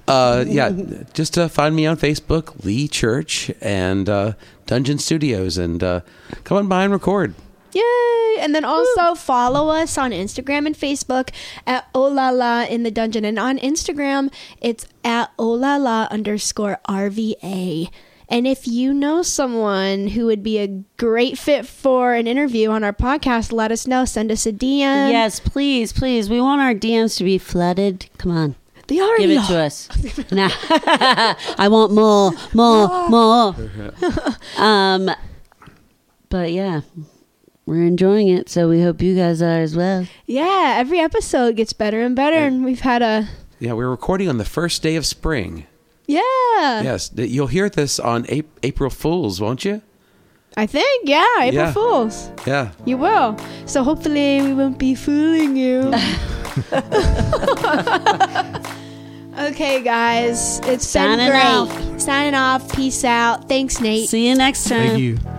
Speaker 4: Uh, yeah, just uh, find me on Facebook, Lee Church and uh, Dungeon Studios, and uh, come on by and record.
Speaker 1: Yay! And then also follow us on Instagram and Facebook at Olala in the Dungeon. And on Instagram, it's at Olala underscore RVA. And if you know someone who would be a great fit for an interview on our podcast, let us know. Send us a DM.
Speaker 2: yes, please, please. We want our DMs to be flooded. Come on.
Speaker 1: They already
Speaker 2: Give it
Speaker 1: are.
Speaker 2: to us. nah. <laughs> I want more, more, more. um, but yeah, we're enjoying it, so we hope you guys are as well.
Speaker 1: Yeah, every episode gets better and better. And we've had a.
Speaker 4: Yeah, we're recording on the first day of spring.
Speaker 1: Yeah. Uh.
Speaker 4: Yes, th- you'll hear this on A- April Fools, won't you?
Speaker 1: I think. Yeah. April
Speaker 4: Yeah.
Speaker 1: Fools.
Speaker 4: Yeah.
Speaker 1: You will. So hopefully we won't be fooling
Speaker 2: <laughs>
Speaker 1: you. okay, guys. It's
Speaker 2: Signing
Speaker 1: been great.
Speaker 2: off.
Speaker 1: Signing off. Peace out. Thanks, Nate.
Speaker 2: See you next time.
Speaker 3: Thank you.